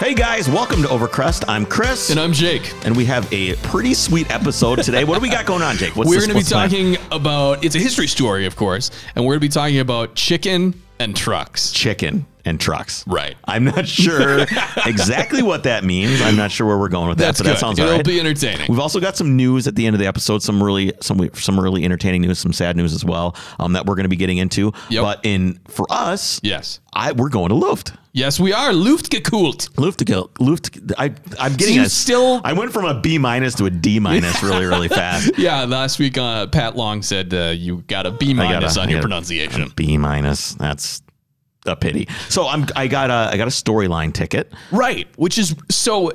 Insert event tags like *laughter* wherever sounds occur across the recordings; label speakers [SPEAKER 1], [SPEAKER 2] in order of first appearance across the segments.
[SPEAKER 1] Hey guys, welcome to Overcrust. I'm Chris,
[SPEAKER 2] And I'm Jake.
[SPEAKER 1] and we have a pretty sweet episode today. What do we got going on, Jake? What's
[SPEAKER 2] we're
[SPEAKER 1] this-
[SPEAKER 2] going to be
[SPEAKER 1] what's the plan?
[SPEAKER 2] talking about it's a history story, of course, and we're going to be talking about chicken and trucks.
[SPEAKER 1] chicken and trucks.
[SPEAKER 2] Right.
[SPEAKER 1] I'm
[SPEAKER 2] *laughs*
[SPEAKER 1] not sure exactly what that means. I'm not sure where we're going with that,
[SPEAKER 2] That's
[SPEAKER 1] but
[SPEAKER 2] good.
[SPEAKER 1] that sounds
[SPEAKER 2] It'll
[SPEAKER 1] all right.
[SPEAKER 2] be entertaining.
[SPEAKER 1] We've also got some news at the end of the episode, some really some some really entertaining news, some sad news as well um, that we're going to be getting into.
[SPEAKER 2] Yep.
[SPEAKER 1] But in for us,
[SPEAKER 2] yes,
[SPEAKER 1] I we're going to Luft.
[SPEAKER 2] yes, we are Luftgekult.
[SPEAKER 1] Luftgel, Luft. I I'm getting
[SPEAKER 2] you
[SPEAKER 1] a,
[SPEAKER 2] still-
[SPEAKER 1] I went from a B minus to a D minus really
[SPEAKER 2] *laughs*
[SPEAKER 1] really fast.
[SPEAKER 2] Yeah, last week uh, Pat Long said uh, you got a B
[SPEAKER 1] I gotta-
[SPEAKER 2] minus
[SPEAKER 1] I
[SPEAKER 2] on your
[SPEAKER 1] gotta-
[SPEAKER 2] pronunciation.
[SPEAKER 1] B minus. That's a pity. So I'm I got a I got a storyline ticket.
[SPEAKER 2] Right, which is so.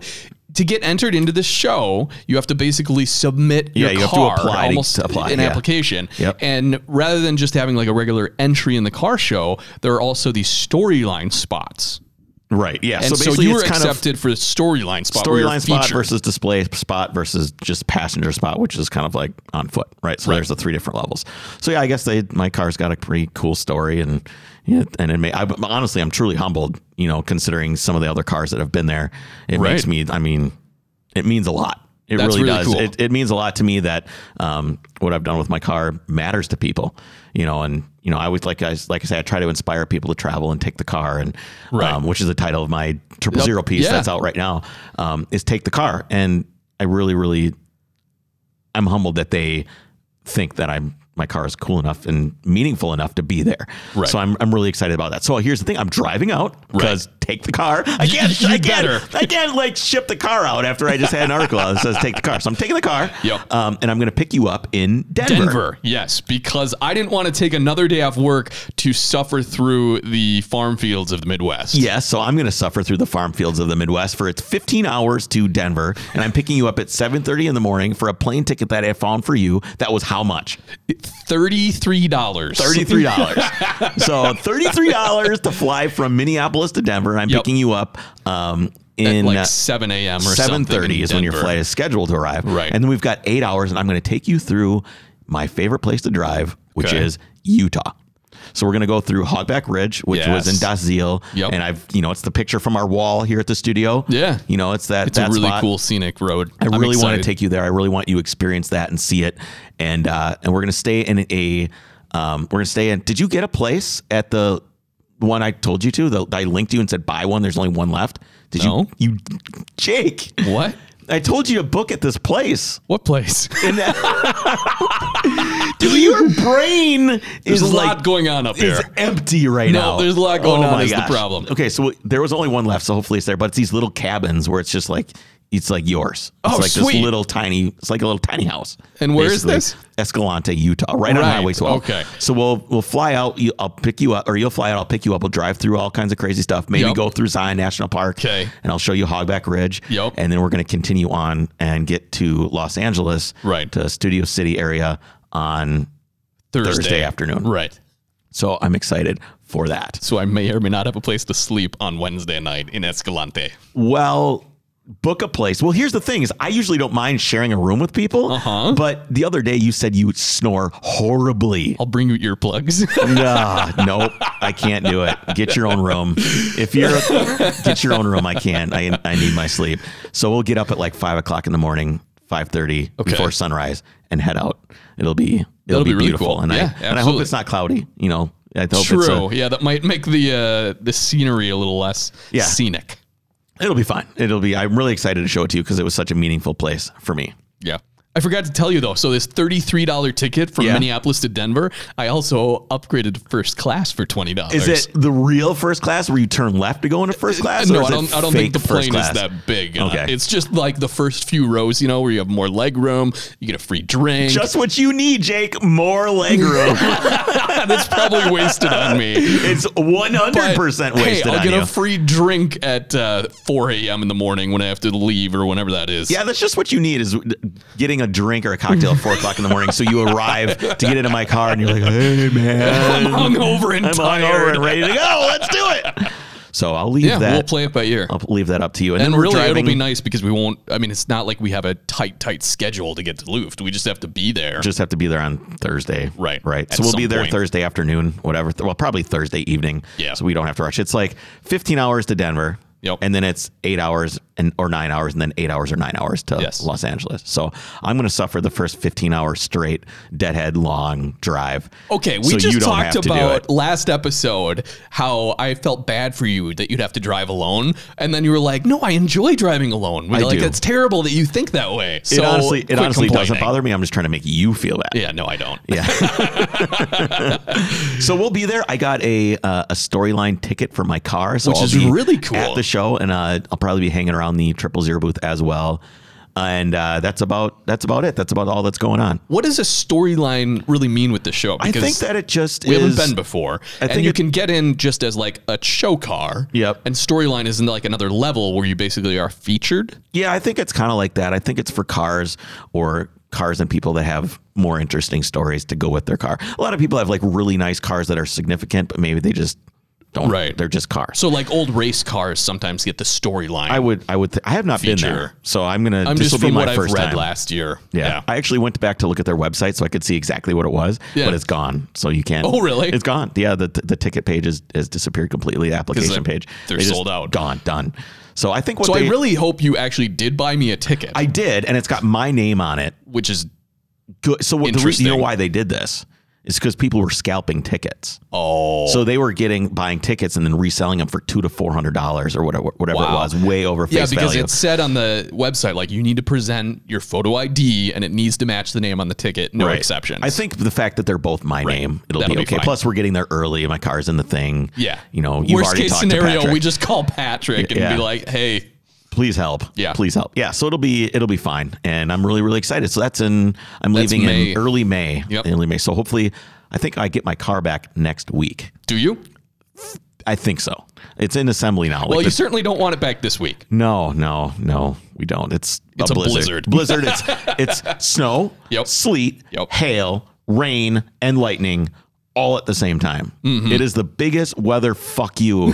[SPEAKER 2] To get entered into the show, you have to basically submit
[SPEAKER 1] Yeah,
[SPEAKER 2] your
[SPEAKER 1] you have to
[SPEAKER 2] car,
[SPEAKER 1] apply to-
[SPEAKER 2] almost
[SPEAKER 1] to apply,
[SPEAKER 2] an
[SPEAKER 1] yeah.
[SPEAKER 2] application.
[SPEAKER 1] Yep.
[SPEAKER 2] And rather than just having like a regular entry in the car show, there are also these storyline spots.
[SPEAKER 1] Right. Yeah.
[SPEAKER 2] And so,
[SPEAKER 1] basically,
[SPEAKER 2] you were
[SPEAKER 1] it's kind of
[SPEAKER 2] accepted for the storyline spot. where you're
[SPEAKER 1] storyline spot
[SPEAKER 2] featured.
[SPEAKER 1] versus display spot versus just passenger spot, which is kind of like on foot, right? So there's the three different levels. So yeah, I guess they my car's got a pretty cool story, and yeah, and it may, I, honestly, I'm truly humbled, you know, considering some of the other cars that have been there. It
[SPEAKER 2] Right.
[SPEAKER 1] makes me, I mean, it means a lot. It
[SPEAKER 2] That's
[SPEAKER 1] really,
[SPEAKER 2] really
[SPEAKER 1] does.
[SPEAKER 2] cool.
[SPEAKER 1] It, it means a lot to me that um, what I've done with my car matters to people, you know, and you know, I always like I like I say, I try to inspire people to travel and take the car, and
[SPEAKER 2] Right.
[SPEAKER 1] um, which is the title of my triple zero piece
[SPEAKER 2] Yeah.
[SPEAKER 1] that's out right now um, is take the car and i really really i'm humbled that they think that i'm my car is cool enough and meaningful enough to be there
[SPEAKER 2] Right.
[SPEAKER 1] so I'm, I'm really excited about that so here's the thing i'm driving out because take the car i can't
[SPEAKER 2] you
[SPEAKER 1] I can't,
[SPEAKER 2] better.
[SPEAKER 1] I can't like ship the car out after i just had an article out that says take the car so i'm taking the car
[SPEAKER 2] Yep.
[SPEAKER 1] um, and i'm going to pick you up in denver,
[SPEAKER 2] Denver, yes, because I didn't want to take another day off work to suffer through the farm fields of the Midwest.
[SPEAKER 1] Yes, so I'm going to suffer through the farm fields of the Midwest for its 15 hours to Denver, and I'm picking you up at 7:30 in the morning for a plane ticket that I found for you. That was how much?
[SPEAKER 2] Thirty-three dollars.
[SPEAKER 1] Thirty-three
[SPEAKER 2] *laughs*
[SPEAKER 1] dollars. so thirty-three dollars to fly from Minneapolis to Denver. and I'm
[SPEAKER 2] Yep.
[SPEAKER 1] picking you up um, in
[SPEAKER 2] like
[SPEAKER 1] uh,
[SPEAKER 2] seven a.m. or
[SPEAKER 1] seven
[SPEAKER 2] something
[SPEAKER 1] thirty
[SPEAKER 2] in
[SPEAKER 1] is when your
[SPEAKER 2] Denver.
[SPEAKER 1] flight is scheduled to arrive.
[SPEAKER 2] Right.
[SPEAKER 1] and then we've got eight hours, and I'm going to take you through my favorite place to drive, which
[SPEAKER 2] Okay.
[SPEAKER 1] is Utah. So we're going to go through Hogback Ridge, which was in
[SPEAKER 2] Yes.
[SPEAKER 1] Dazil,
[SPEAKER 2] Yep.
[SPEAKER 1] and I've you know it's the picture from our wall here at the studio.
[SPEAKER 2] Yeah.
[SPEAKER 1] you know it's that
[SPEAKER 2] It's
[SPEAKER 1] that
[SPEAKER 2] a really
[SPEAKER 1] spot.
[SPEAKER 2] cool scenic road.
[SPEAKER 1] I really want to take you there. I really want you to experience that and see it. And uh, and we're gonna stay in a um, we're gonna stay in. Did you get a place at the one I told you to? The, I linked you and said buy one. There's only one left. Did
[SPEAKER 2] No.
[SPEAKER 1] you you Jake?
[SPEAKER 2] What?
[SPEAKER 1] I told you to book at this place. *laughs*
[SPEAKER 2] What place? *laughs*
[SPEAKER 1] And that, dude, your brain is
[SPEAKER 2] There's a
[SPEAKER 1] like
[SPEAKER 2] lot going on up
[SPEAKER 1] is
[SPEAKER 2] here.
[SPEAKER 1] empty right
[SPEAKER 2] No,
[SPEAKER 1] now. Oh
[SPEAKER 2] there's a lot going on
[SPEAKER 1] my
[SPEAKER 2] is the problem.
[SPEAKER 1] Okay, so there was only one left, so hopefully it's there. But it's these little cabins where it's just like it's like yours. It's
[SPEAKER 2] Oh,
[SPEAKER 1] like
[SPEAKER 2] sweet.
[SPEAKER 1] this little tiny. It's like a little tiny house.
[SPEAKER 2] And where is
[SPEAKER 1] basically.
[SPEAKER 2] this?
[SPEAKER 1] Escalante, Utah, right, on
[SPEAKER 2] Right,
[SPEAKER 1] Highway 12.
[SPEAKER 2] okay.
[SPEAKER 1] So we'll we'll fly out. You, I'll pick you up, or you'll fly out. I'll pick you up. We'll drive through all kinds of crazy stuff. Maybe
[SPEAKER 2] Yep.
[SPEAKER 1] go through Zion National Park.
[SPEAKER 2] 'Kay.
[SPEAKER 1] And I'll show you Hogback Ridge.
[SPEAKER 2] Yep.
[SPEAKER 1] And then we're going to continue on and get to Los Angeles.
[SPEAKER 2] Right.
[SPEAKER 1] To Studio City area on.
[SPEAKER 2] Thursday.
[SPEAKER 1] Thursday afternoon.
[SPEAKER 2] Right.
[SPEAKER 1] So I'm excited for that.
[SPEAKER 2] So I may or may not have a place to sleep on Wednesday night in Escalante.
[SPEAKER 1] well book a place well here's the thing is i usually don't mind sharing a room with people
[SPEAKER 2] Uh-huh.
[SPEAKER 1] but the other day you said you snore horribly
[SPEAKER 2] I'll bring you earplugs.
[SPEAKER 1] *laughs* no
[SPEAKER 2] *laughs*
[SPEAKER 1] nope i can't do it get your own room if you're get your own room i can't I, I need my sleep so we'll get up at like five o'clock in the morning 5.30 before sunrise and head out it'll be it'll,
[SPEAKER 2] That'll
[SPEAKER 1] be,
[SPEAKER 2] be really
[SPEAKER 1] beautiful
[SPEAKER 2] cool.
[SPEAKER 1] and,
[SPEAKER 2] Yeah,
[SPEAKER 1] I, and I hope
[SPEAKER 2] absolutely.
[SPEAKER 1] it's not cloudy you know i hope it's a-
[SPEAKER 2] True. yeah, that might make the uh, the scenery a little less
[SPEAKER 1] Yeah.
[SPEAKER 2] scenic.
[SPEAKER 1] it'll be fine it'll be i'm really excited to show it to you because it was such a meaningful place for me
[SPEAKER 2] Yeah. I forgot to tell you though. So this thirty-three dollar ticket from
[SPEAKER 1] Yeah.
[SPEAKER 2] Minneapolis to Denver, I also upgraded to first class for twenty dollars.
[SPEAKER 1] Is it the real first class where you turn left to go into first class? or
[SPEAKER 2] Uh, No,
[SPEAKER 1] is
[SPEAKER 2] I
[SPEAKER 1] it
[SPEAKER 2] don't. I don't
[SPEAKER 1] fake
[SPEAKER 2] think the
[SPEAKER 1] first
[SPEAKER 2] plane is
[SPEAKER 1] class?
[SPEAKER 2] that big. Uh,
[SPEAKER 1] Okay.
[SPEAKER 2] it's just like the first few rows, you know, where you have more leg room. You get a free drink. *laughs*
[SPEAKER 1] Just what you need, Jake. More legroom.
[SPEAKER 2] Ah, That's probably wasted
[SPEAKER 1] *laughs*
[SPEAKER 2] on me.
[SPEAKER 1] it's one hundred
[SPEAKER 2] But,
[SPEAKER 1] percent
[SPEAKER 2] hey,
[SPEAKER 1] wasted
[SPEAKER 2] I'll
[SPEAKER 1] on
[SPEAKER 2] get
[SPEAKER 1] you.
[SPEAKER 2] a free drink at uh, 4 a.m. in the morning when I have to leave or whenever that is.
[SPEAKER 1] yeah, that's just what you need is getting a drink or a cocktail at four o'clock in the morning. So you arrive to get into my car and you're like, "Hey man,
[SPEAKER 2] I'm hungover and
[SPEAKER 1] I'm hungover
[SPEAKER 2] *laughs* tired.
[SPEAKER 1] and ready to go. Let's do it." So I'll leave
[SPEAKER 2] yeah,
[SPEAKER 1] that.
[SPEAKER 2] we'll play it by ear.
[SPEAKER 1] I'll leave that up to you. And,
[SPEAKER 2] and
[SPEAKER 1] then we're
[SPEAKER 2] really,
[SPEAKER 1] driving.
[SPEAKER 2] it'll be nice because we won't. I mean, it's not like we have a tight, tight schedule to get to Luft. We just have to be there.
[SPEAKER 1] just have to be there on Thursday.
[SPEAKER 2] Right.
[SPEAKER 1] Right.
[SPEAKER 2] At
[SPEAKER 1] So we'll be
[SPEAKER 2] some
[SPEAKER 1] there
[SPEAKER 2] point.
[SPEAKER 1] Thursday afternoon, whatever. Well, probably Thursday evening.
[SPEAKER 2] Yeah.
[SPEAKER 1] So we don't have to rush. It's like 15 hours to Denver.
[SPEAKER 2] Yep.
[SPEAKER 1] And then it's eight hours and or nine hours, and then eight hours or nine hours to
[SPEAKER 2] Yes.
[SPEAKER 1] Los Angeles. So I'm going to suffer the first 15 hours straight, deadhead long drive.
[SPEAKER 2] Okay, we
[SPEAKER 1] So you
[SPEAKER 2] just
[SPEAKER 1] don't have
[SPEAKER 2] talked
[SPEAKER 1] to do it.
[SPEAKER 2] about last episode how I felt bad for you that you'd have to drive alone, and then you were like, "No, I enjoy driving alone." We're
[SPEAKER 1] I
[SPEAKER 2] like,
[SPEAKER 1] do.
[SPEAKER 2] "It's terrible that you think that way." So
[SPEAKER 1] it honestly, it
[SPEAKER 2] quit
[SPEAKER 1] honestly doesn't
[SPEAKER 2] complaining.
[SPEAKER 1] bother me. I'm just trying to make you feel bad.
[SPEAKER 2] Yeah, no, I don't.
[SPEAKER 1] Yeah. *laughs* so we'll be there. I got a uh, a storyline ticket for my car, so
[SPEAKER 2] Which
[SPEAKER 1] I'll
[SPEAKER 2] is
[SPEAKER 1] be
[SPEAKER 2] really cool.
[SPEAKER 1] at the show, and uh, I'll probably be hanging around the triple zero booth as well. And uh, that's about that's about it. That's about all that's going on.
[SPEAKER 2] What does a storyline really mean with the show?
[SPEAKER 1] I think that it just
[SPEAKER 2] we
[SPEAKER 1] is,
[SPEAKER 2] haven't been before, and
[SPEAKER 1] think
[SPEAKER 2] you
[SPEAKER 1] it-
[SPEAKER 2] can get in just as like a show car.
[SPEAKER 1] Yep.
[SPEAKER 2] And storyline is in like another level where you basically are featured.
[SPEAKER 1] Yeah, I think it's kind of like that. I think it's for cars or cars and people that have more interesting stories to go with their car. A lot of people have like really nice cars that are significant, but maybe they just don't.
[SPEAKER 2] Right.
[SPEAKER 1] They're just cars.
[SPEAKER 2] So like old race cars sometimes get the storyline.
[SPEAKER 1] I would, I would, th- I have not
[SPEAKER 2] Feature.
[SPEAKER 1] been there, so I'm gonna.
[SPEAKER 2] I'm
[SPEAKER 1] this
[SPEAKER 2] just
[SPEAKER 1] will be
[SPEAKER 2] from
[SPEAKER 1] my
[SPEAKER 2] what I've
[SPEAKER 1] first
[SPEAKER 2] read
[SPEAKER 1] time.
[SPEAKER 2] last year.
[SPEAKER 1] Yeah. I actually went back to look at their website so I could see exactly what it was,
[SPEAKER 2] Yeah.
[SPEAKER 1] but it's gone. So you can't.
[SPEAKER 2] Oh, really?
[SPEAKER 1] It's gone. Yeah, the the ticket page is, has disappeared completely. The application
[SPEAKER 2] they're-
[SPEAKER 1] page.
[SPEAKER 2] they're
[SPEAKER 1] They just
[SPEAKER 2] sold out.
[SPEAKER 1] Gone. Done. So I think what
[SPEAKER 2] So
[SPEAKER 1] they
[SPEAKER 2] I really hope you actually did buy me a ticket,
[SPEAKER 1] I did, and it's got my name on it.
[SPEAKER 2] which is
[SPEAKER 1] Good. So what, the reason you know
[SPEAKER 2] Interesting.
[SPEAKER 1] why they did this is because people were scalping tickets.
[SPEAKER 2] oh
[SPEAKER 1] So they were getting buying tickets and then reselling them for two to four hundred dollars or whatever whatever it
[SPEAKER 2] Wow.
[SPEAKER 1] was, way over face
[SPEAKER 2] yeah, because
[SPEAKER 1] value.
[SPEAKER 2] it said on the website like you need to present your photo ID and it needs to match the name on the ticket, no
[SPEAKER 1] Right.
[SPEAKER 2] exceptions.
[SPEAKER 1] I think the fact that they're both my name, it'll
[SPEAKER 2] That'll
[SPEAKER 1] be
[SPEAKER 2] be
[SPEAKER 1] okay.
[SPEAKER 2] fine.
[SPEAKER 1] Plus, we're getting there early. My car's in the thing.
[SPEAKER 2] yeah,
[SPEAKER 1] You know, you've
[SPEAKER 2] worst
[SPEAKER 1] already
[SPEAKER 2] case
[SPEAKER 1] talked to
[SPEAKER 2] scenario,
[SPEAKER 1] Patrick.
[SPEAKER 2] we just call Patrick and
[SPEAKER 1] Yeah.
[SPEAKER 2] be like, hey,
[SPEAKER 1] please help.
[SPEAKER 2] Yeah.
[SPEAKER 1] Please help. Yeah. So it'll be it'll be fine. And I'm really, really excited. So that's in I'm leaving
[SPEAKER 2] May.
[SPEAKER 1] in early May.
[SPEAKER 2] Yep.
[SPEAKER 1] Early May. So hopefully I think I get my car back next week.
[SPEAKER 2] do you?
[SPEAKER 1] I think so. It's in assembly now. Like
[SPEAKER 2] Well, you
[SPEAKER 1] this-
[SPEAKER 2] certainly don't want it back this week.
[SPEAKER 1] no, no, no, we don't. It's
[SPEAKER 2] It's a
[SPEAKER 1] Blizzard.
[SPEAKER 2] *laughs*
[SPEAKER 1] It's it's snow,
[SPEAKER 2] Yep.
[SPEAKER 1] sleet,
[SPEAKER 2] Yep.
[SPEAKER 1] hail, rain, and lightning all at the same time.
[SPEAKER 2] Mm-hmm.
[SPEAKER 1] It is the biggest weather fuck
[SPEAKER 2] *laughs*
[SPEAKER 1] you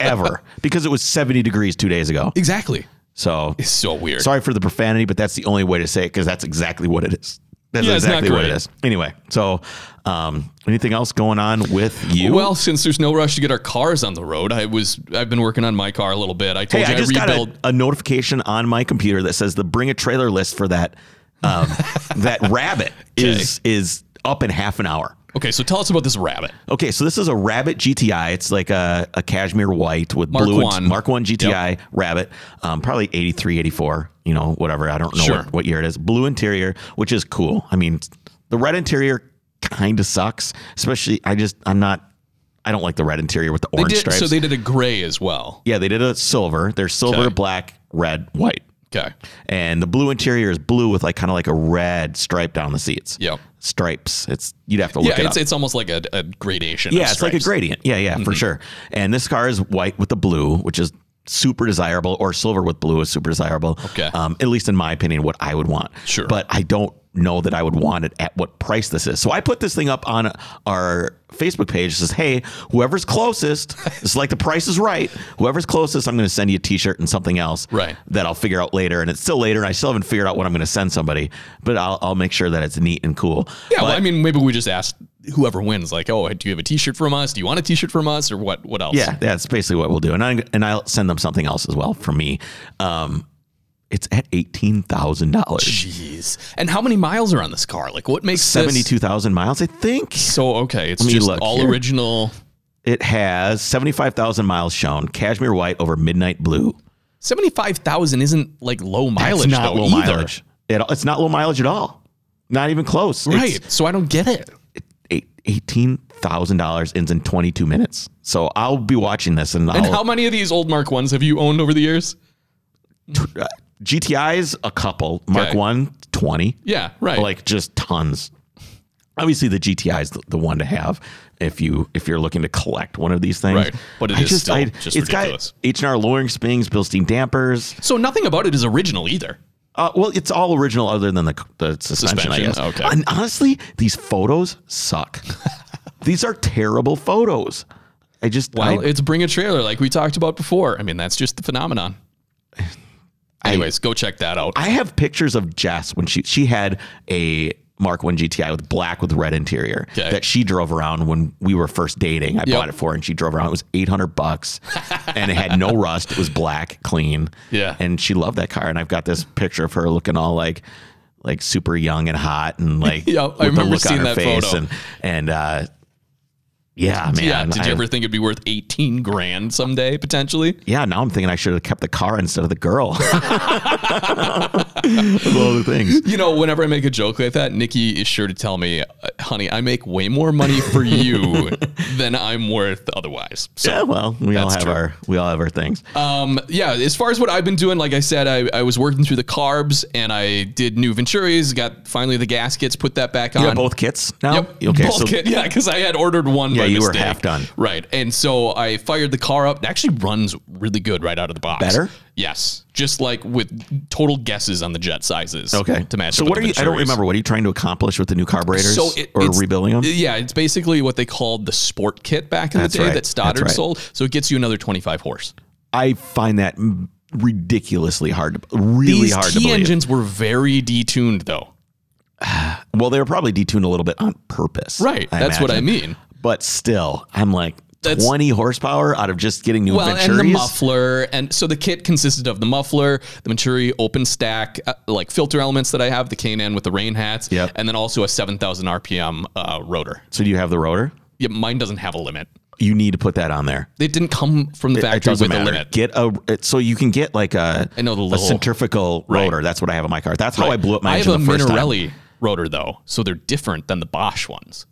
[SPEAKER 1] ever because it was 70 degrees two days ago.
[SPEAKER 2] Exactly.
[SPEAKER 1] So
[SPEAKER 2] It's so weird.
[SPEAKER 1] Sorry for the profanity, but that's the only way to say it because that's exactly what it is. That's
[SPEAKER 2] Yeah, it's not
[SPEAKER 1] exactly what it
[SPEAKER 2] great.
[SPEAKER 1] is. Anyway, so um, anything else going on with you?
[SPEAKER 2] Well, since there's no rush to get our cars on the road, I was I've been working on my car a little bit. I told
[SPEAKER 1] hey, I
[SPEAKER 2] you I,
[SPEAKER 1] just got
[SPEAKER 2] rebuilt.
[SPEAKER 1] a, a notification on my computer that says the bring a trailer list for that
[SPEAKER 2] *laughs*
[SPEAKER 1] um, that rabbit is is up in half an hour.
[SPEAKER 2] Okay, so tell us about this rabbit.
[SPEAKER 1] Okay, so this is a Rabbit GTI. It's like a, a cashmere white with blue and-
[SPEAKER 2] one.
[SPEAKER 1] Mark One GTI Rabbit, um, probably 83, 84, you know, whatever. I don't know
[SPEAKER 2] Sure.
[SPEAKER 1] what, what year it is. Blue interior, which is cool. I mean, the red interior kind of sucks, especially. I just, I'm not, I don't like the red interior with the orange
[SPEAKER 2] Did-
[SPEAKER 1] stripes.
[SPEAKER 2] so they did a gray as well.
[SPEAKER 1] yeah, they did a silver. They're silver,
[SPEAKER 2] Okay.
[SPEAKER 1] black, red, white.
[SPEAKER 2] Okay.
[SPEAKER 1] And the blue interior is blue with like kind of like a red stripe down the seats.
[SPEAKER 2] Yep.
[SPEAKER 1] Stripes. It's, you'd have to look
[SPEAKER 2] Yeah,
[SPEAKER 1] it up.
[SPEAKER 2] it's, it's almost like a, a gradation.
[SPEAKER 1] Yeah,
[SPEAKER 2] of
[SPEAKER 1] it's like a
[SPEAKER 2] stripes. Mm-hmm.
[SPEAKER 1] gradient. Yeah, yeah, for sure. And this car is white with the blue, which is super desirable, or silver with blue is super desirable.
[SPEAKER 2] Okay.
[SPEAKER 1] Um, at least in my opinion, what I would want.
[SPEAKER 2] Sure.
[SPEAKER 1] But I don't know that I would want it at what price this is. So I put this thing up on our Facebook page. It says, hey, whoever's closest, *laughs* it's like the price is right. Whoever's closest, I'm going to send you a t shirt and something else
[SPEAKER 2] Right.
[SPEAKER 1] that I'll figure out later. And it's still later, and I still haven't figured out what I'm going to send somebody, but I'll, I'll make sure that it's neat and cool.
[SPEAKER 2] Yeah, well, I mean, maybe we just ask whoever wins, like, oh, do you have a T-shirt from us? Do you want a T-shirt from us, or what? What else?
[SPEAKER 1] Yeah, that's basically what we'll do, and I and I'll send them something else as well from me. Um, it's at eighteen thousand dollars,
[SPEAKER 2] Jeez. And how many miles are on this car? Like, what makes this-
[SPEAKER 1] seventy-two thousand miles, I think.
[SPEAKER 2] So okay, it's
[SPEAKER 1] me
[SPEAKER 2] just
[SPEAKER 1] look
[SPEAKER 2] all
[SPEAKER 1] here.
[SPEAKER 2] original.
[SPEAKER 1] It has seventy-five thousand miles shown, cashmere white over midnight blue.
[SPEAKER 2] Seventy-five thousand isn't like low mileage.
[SPEAKER 1] it's not
[SPEAKER 2] though,
[SPEAKER 1] low
[SPEAKER 2] either.
[SPEAKER 1] mileage. It, it's not low mileage at all. Not even close. It's
[SPEAKER 2] right? So I don't get it.
[SPEAKER 1] eight- Eighteen thousand dollars ends in twenty-two minutes. So I'll be watching this, and,
[SPEAKER 2] And
[SPEAKER 1] I'll,
[SPEAKER 2] how many of these old Mark ones have you owned over the years?
[SPEAKER 1] uh, GTI's a couple. Mark
[SPEAKER 2] Okay.
[SPEAKER 1] one, 20.
[SPEAKER 2] Yeah, right.
[SPEAKER 1] like just tons. Obviously, the GTI is the, the one to have if you if you're looking to collect one of these things.
[SPEAKER 2] Right. But it
[SPEAKER 1] it is
[SPEAKER 2] is still just ridiculous.
[SPEAKER 1] got H and R lowering springs, Bilstein dampers.
[SPEAKER 2] so nothing about it is original either.
[SPEAKER 1] Uh, well, it's all original other than the the suspension, I
[SPEAKER 2] Suspension,
[SPEAKER 1] guess.
[SPEAKER 2] okay.
[SPEAKER 1] And honestly, these photos suck. *laughs* these are terrible photos. I just
[SPEAKER 2] Well,
[SPEAKER 1] I,
[SPEAKER 2] it's bring a trailer, like we talked about before. I mean, that's just
[SPEAKER 1] *laughs*
[SPEAKER 2] the phenomenon. Anyways, go check that out.
[SPEAKER 1] I have pictures of Jess when she she had a Mark One GTI with black with red interior
[SPEAKER 2] Okay.
[SPEAKER 1] that she drove around when we were first dating. I
[SPEAKER 2] Yep.
[SPEAKER 1] bought it for her and she drove around. It was eight hundred
[SPEAKER 2] *laughs*
[SPEAKER 1] bucks, and it had no rust. It was black, clean.
[SPEAKER 2] Yeah.
[SPEAKER 1] and she loved that car. And I've got this picture of her looking all like. Like super young and hot,
[SPEAKER 2] *laughs*
[SPEAKER 1] and like
[SPEAKER 2] Yep, I
[SPEAKER 1] with the
[SPEAKER 2] remember
[SPEAKER 1] look on
[SPEAKER 2] seeing
[SPEAKER 1] her
[SPEAKER 2] that
[SPEAKER 1] face
[SPEAKER 2] photo.
[SPEAKER 1] and and uh, yeah, man.
[SPEAKER 2] yeah. Did you
[SPEAKER 1] I-
[SPEAKER 2] ever think it'd be worth 18 grand someday, potentially?
[SPEAKER 1] yeah, now I'm thinking I should have kept the car instead of the
[SPEAKER 2] *laughs*
[SPEAKER 1] girl. *laughs* of all the things.
[SPEAKER 2] You know, whenever I make a joke like that, Nikki is sure to tell me, "Uh, honey, I make way more money for
[SPEAKER 1] *laughs*
[SPEAKER 2] you than I'm worth otherwise. So,
[SPEAKER 1] Yeah, well, we all
[SPEAKER 2] That's
[SPEAKER 1] have
[SPEAKER 2] true.
[SPEAKER 1] our we all have our things.
[SPEAKER 2] um, yeah, as far as what I've been doing, like I said, I, I was working through the carbs and I did new Venturis, got finally the gaskets, put that back
[SPEAKER 1] you
[SPEAKER 2] on.
[SPEAKER 1] have both kits now.
[SPEAKER 2] Yep.
[SPEAKER 1] Okay.
[SPEAKER 2] Bulk
[SPEAKER 1] so
[SPEAKER 2] kit, *laughs* yeah, because I had ordered one.
[SPEAKER 1] Yeah,
[SPEAKER 2] by
[SPEAKER 1] you were
[SPEAKER 2] mistake.
[SPEAKER 1] half done.
[SPEAKER 2] Right, and so I fired the car up. It actually runs really good right out of the box.
[SPEAKER 1] Better?
[SPEAKER 2] Yes, just like with total guesses on the jet sizes.
[SPEAKER 1] okay.
[SPEAKER 2] To match.
[SPEAKER 1] So
[SPEAKER 2] up with
[SPEAKER 1] what
[SPEAKER 2] the
[SPEAKER 1] are you? I don't
[SPEAKER 2] Venturis.
[SPEAKER 1] remember. What are you trying to accomplish with the new carburetors? or
[SPEAKER 2] it's-
[SPEAKER 1] rebuilding them?
[SPEAKER 2] Yeah, it's basically what they called the sport kit back in
[SPEAKER 1] That's
[SPEAKER 2] the day
[SPEAKER 1] right.
[SPEAKER 2] that
[SPEAKER 1] That's
[SPEAKER 2] Stoddard
[SPEAKER 1] right.
[SPEAKER 2] sold. So it gets you another 25 horse.
[SPEAKER 1] I find that m- ridiculously hard. To, really
[SPEAKER 2] These
[SPEAKER 1] hard to
[SPEAKER 2] T
[SPEAKER 1] believe.
[SPEAKER 2] engines were very detuned though.
[SPEAKER 1] Well, they were probably detuned a little bit on purpose.
[SPEAKER 2] Right, that's what I
[SPEAKER 1] imagine.
[SPEAKER 2] mean.
[SPEAKER 1] But still, I'm like.
[SPEAKER 2] That's-
[SPEAKER 1] 20 horsepower out of just getting new
[SPEAKER 2] Well,
[SPEAKER 1] Venturis.
[SPEAKER 2] and the muffler, and so the kit consisted of the muffler, the Venturi open stack, uh, like filter elements that I have, the K9 with the rain hats,
[SPEAKER 1] Yep.
[SPEAKER 2] and then also a 7,000 RPM uh, rotor.
[SPEAKER 1] so do you have the rotor?
[SPEAKER 2] Yeah, mine doesn't have a limit.
[SPEAKER 1] You need to put that on there.
[SPEAKER 2] It didn't come from the
[SPEAKER 1] It
[SPEAKER 2] factory
[SPEAKER 1] doesn't
[SPEAKER 2] with a
[SPEAKER 1] matter.
[SPEAKER 2] limit.
[SPEAKER 1] Get a it- so you can get like a
[SPEAKER 2] I know the
[SPEAKER 1] a
[SPEAKER 2] little-
[SPEAKER 1] centrifugal rotor. That's what I have in my car. That's how I blew up my
[SPEAKER 2] I have
[SPEAKER 1] engine
[SPEAKER 2] a
[SPEAKER 1] the first time.
[SPEAKER 2] Minarelli rotor though, so they're different than the Bosch
[SPEAKER 1] *sighs*
[SPEAKER 2] ones.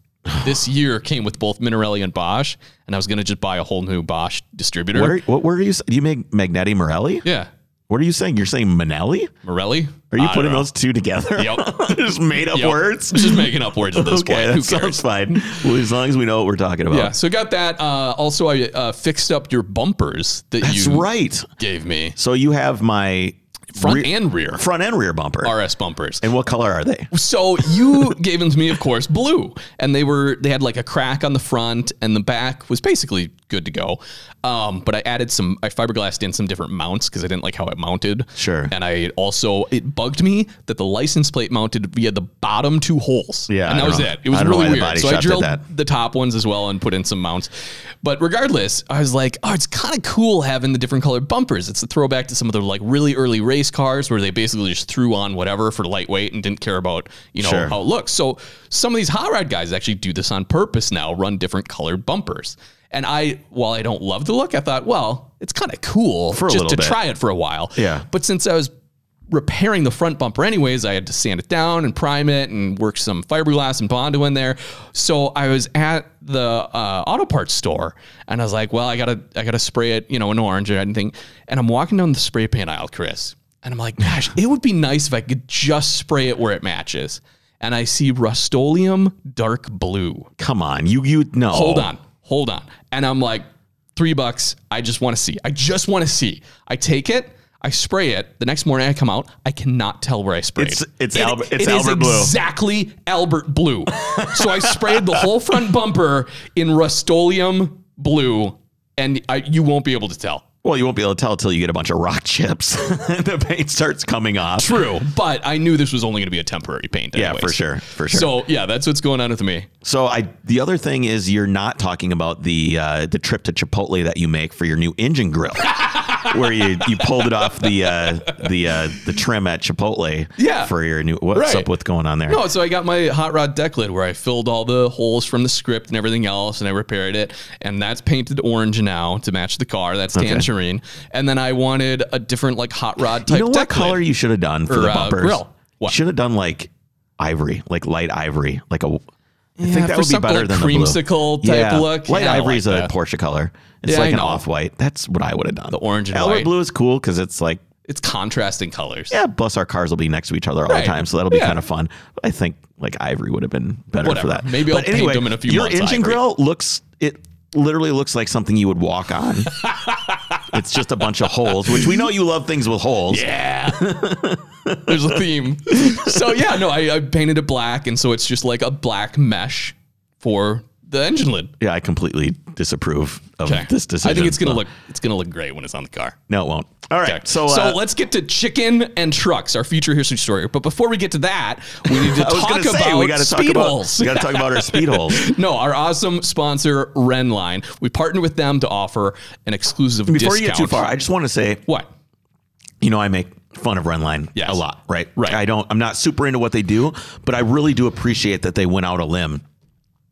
[SPEAKER 2] This year came with both Minarelli and Bosch, and I was gonna just buy a whole new Bosch distributor.
[SPEAKER 1] What, are, what were you? s- You make Magnetti Morelli?
[SPEAKER 2] Yeah,
[SPEAKER 1] What are you saying? You're saying Manelli?
[SPEAKER 2] Morelli.
[SPEAKER 1] Are you putting those two together?
[SPEAKER 2] Yep.
[SPEAKER 1] *laughs* Just made up words.
[SPEAKER 2] Just making up words at
[SPEAKER 1] *laughs*
[SPEAKER 2] this
[SPEAKER 1] Okay,
[SPEAKER 2] point. Who
[SPEAKER 1] that
[SPEAKER 2] cares?
[SPEAKER 1] sounds fine. Well, as long as we know what we're talking about.
[SPEAKER 2] Yeah, so got that. Uh, also, I uh, fixed up your bumpers that
[SPEAKER 1] That's
[SPEAKER 2] you
[SPEAKER 1] right.
[SPEAKER 2] gave me,
[SPEAKER 1] So you have my
[SPEAKER 2] front
[SPEAKER 1] rear-
[SPEAKER 2] and rear
[SPEAKER 1] front and rear bumper.
[SPEAKER 2] RS bumpers.
[SPEAKER 1] and what color are they?
[SPEAKER 2] So you gave them to me, of course, blue, and they were they had like a crack on the front, and the back was basically good to go. Um, but I added some, I fiberglassed in some different mounts because I didn't like how it mounted.
[SPEAKER 1] Sure.
[SPEAKER 2] And I also it bugged me that the license plate mounted via the bottom two holes.
[SPEAKER 1] Yeah, I
[SPEAKER 2] and that
[SPEAKER 1] don't
[SPEAKER 2] was
[SPEAKER 1] know.
[SPEAKER 2] it. It was
[SPEAKER 1] I don't know
[SPEAKER 2] really
[SPEAKER 1] why the
[SPEAKER 2] weird.
[SPEAKER 1] body
[SPEAKER 2] So I
[SPEAKER 1] shop did
[SPEAKER 2] drilled
[SPEAKER 1] that.
[SPEAKER 2] the top ones as well and put in some mounts. But regardless, I was like, oh, it's kind of cool having the different colored bumpers. It's a throwback to some of the like really early race cars where they basically just threw on whatever for lightweight and didn't care about, you know,
[SPEAKER 1] Sure.
[SPEAKER 2] how it looks. So some of these hot rod guys actually do this on purpose now, run different colored bumpers. And I, while I don't love the look, I thought, well, it's kind of cool
[SPEAKER 1] For a
[SPEAKER 2] just
[SPEAKER 1] little
[SPEAKER 2] to
[SPEAKER 1] bit.
[SPEAKER 2] try it for a while.
[SPEAKER 1] Yeah.
[SPEAKER 2] But since I was repairing the front bumper anyways, I had to sand it down and prime it and work some fiberglass and Bondo in there. So I was at the uh, auto parts store and I was like, well, I gotta, I gotta spray it, you know, in orange or anything. And I'm walking down the spray paint aisle, Chris, and I'm like, gosh, it would be nice if I could just spray it where it matches. And I see Rust-Oleum dark blue
[SPEAKER 1] Come on, you you no.
[SPEAKER 2] hold on, hold on. And I'm like, three bucks. I just want to see. I just want to see. I take it. I spray it. The next morning I come out. I cannot tell where I sprayed.
[SPEAKER 1] It's- it's
[SPEAKER 2] It-
[SPEAKER 1] Albert- it's
[SPEAKER 2] it is
[SPEAKER 1] Albert Blue.
[SPEAKER 2] Exactly Albert Blue. so I sprayed the whole
[SPEAKER 1] *laughs*
[SPEAKER 2] front bumper in Rust-Oleum blue, and I, you won't be able to tell.
[SPEAKER 1] Well, you won't be able to tell until you get a bunch of rock chips *laughs* and the paint starts coming off.
[SPEAKER 2] True, but I knew this was only going to be a temporary paint.
[SPEAKER 1] Yeah,
[SPEAKER 2] anyways.
[SPEAKER 1] for sure, for sure.
[SPEAKER 2] So yeah, that's what's going on with me.
[SPEAKER 1] So I the other thing is you're not talking about the uh, the trip to Chipotle that you make for your new engine grill. *laughs* Where you, you pulled it off the uh, the uh, the trim at Chipotle
[SPEAKER 2] Yeah.
[SPEAKER 1] for your new what's
[SPEAKER 2] Right.
[SPEAKER 1] up with going on there?
[SPEAKER 2] No, so I got my hot rod deck lid where I filled all the holes from the script and everything else, and I repaired it, and that's painted orange now to match the car. That's tangerine, and then I wanted a different like hot rod type
[SPEAKER 1] you know what
[SPEAKER 2] deck
[SPEAKER 1] color
[SPEAKER 2] lid.
[SPEAKER 1] you should have done for
[SPEAKER 2] Or,
[SPEAKER 1] the
[SPEAKER 2] uh,
[SPEAKER 1] bumpers?
[SPEAKER 2] grill. What?
[SPEAKER 1] Should have done like ivory, like light ivory, like a. I
[SPEAKER 2] Yeah,
[SPEAKER 1] think that
[SPEAKER 2] for
[SPEAKER 1] would be
[SPEAKER 2] some-
[SPEAKER 1] better
[SPEAKER 2] like
[SPEAKER 1] than
[SPEAKER 2] creamsicle
[SPEAKER 1] the blue.
[SPEAKER 2] type look.
[SPEAKER 1] Light
[SPEAKER 2] Yeah, I
[SPEAKER 1] ivory is
[SPEAKER 2] like
[SPEAKER 1] a
[SPEAKER 2] that.
[SPEAKER 1] Porsche color. It's
[SPEAKER 2] Yeah, I
[SPEAKER 1] like an
[SPEAKER 2] know.
[SPEAKER 1] off white. That's what I would have done. The
[SPEAKER 2] orange and white.
[SPEAKER 1] blue is cool because it's like
[SPEAKER 2] It's contrasting colors.
[SPEAKER 1] yeah, plus our cars will be next to each other all
[SPEAKER 2] Right.
[SPEAKER 1] the time, so that'll be
[SPEAKER 2] Yeah.
[SPEAKER 1] kind of fun. I think like ivory would have been better for
[SPEAKER 2] Whatever.
[SPEAKER 1] that.
[SPEAKER 2] Maybe I'll paint them in a few
[SPEAKER 1] Your
[SPEAKER 2] months,
[SPEAKER 1] engine
[SPEAKER 2] ivory.
[SPEAKER 1] grill looks it literally looks like something you would walk on.
[SPEAKER 2] *laughs*
[SPEAKER 1] it's just a bunch of holes, which we know you love things with holes.
[SPEAKER 2] Yeah. There's
[SPEAKER 1] *laughs*
[SPEAKER 2] a theme. So yeah, no, I, I painted it black, and so it's just like a black mesh for the engine lid.
[SPEAKER 1] Yeah, I completely disapprove of
[SPEAKER 2] Okay.
[SPEAKER 1] this decision.
[SPEAKER 2] I think it's gonna
[SPEAKER 1] No.
[SPEAKER 2] look it's gonna look great when it's on the car.
[SPEAKER 1] No, it won't. All right.
[SPEAKER 2] Okay.
[SPEAKER 1] So,
[SPEAKER 2] so
[SPEAKER 1] uh,
[SPEAKER 2] let's get to chicken and trucks, our future history story. But before we get to that, we need to
[SPEAKER 1] *laughs* I was
[SPEAKER 2] talk
[SPEAKER 1] gonna
[SPEAKER 2] about
[SPEAKER 1] say we got to talk
[SPEAKER 2] speed
[SPEAKER 1] about
[SPEAKER 2] holes.
[SPEAKER 1] *laughs* we got to talk about our
[SPEAKER 2] *laughs*
[SPEAKER 1] speed holes.
[SPEAKER 2] No, our awesome sponsor Renline. We partnered with them to offer an exclusive
[SPEAKER 1] Before
[SPEAKER 2] discount.
[SPEAKER 1] you get too far, I just want to say
[SPEAKER 2] what?
[SPEAKER 1] you know, I make fun of Renline
[SPEAKER 2] Yes.
[SPEAKER 1] a lot, right?
[SPEAKER 2] Right.
[SPEAKER 1] I don't, I'm not super into what they do, but I really do appreciate that they went out a limb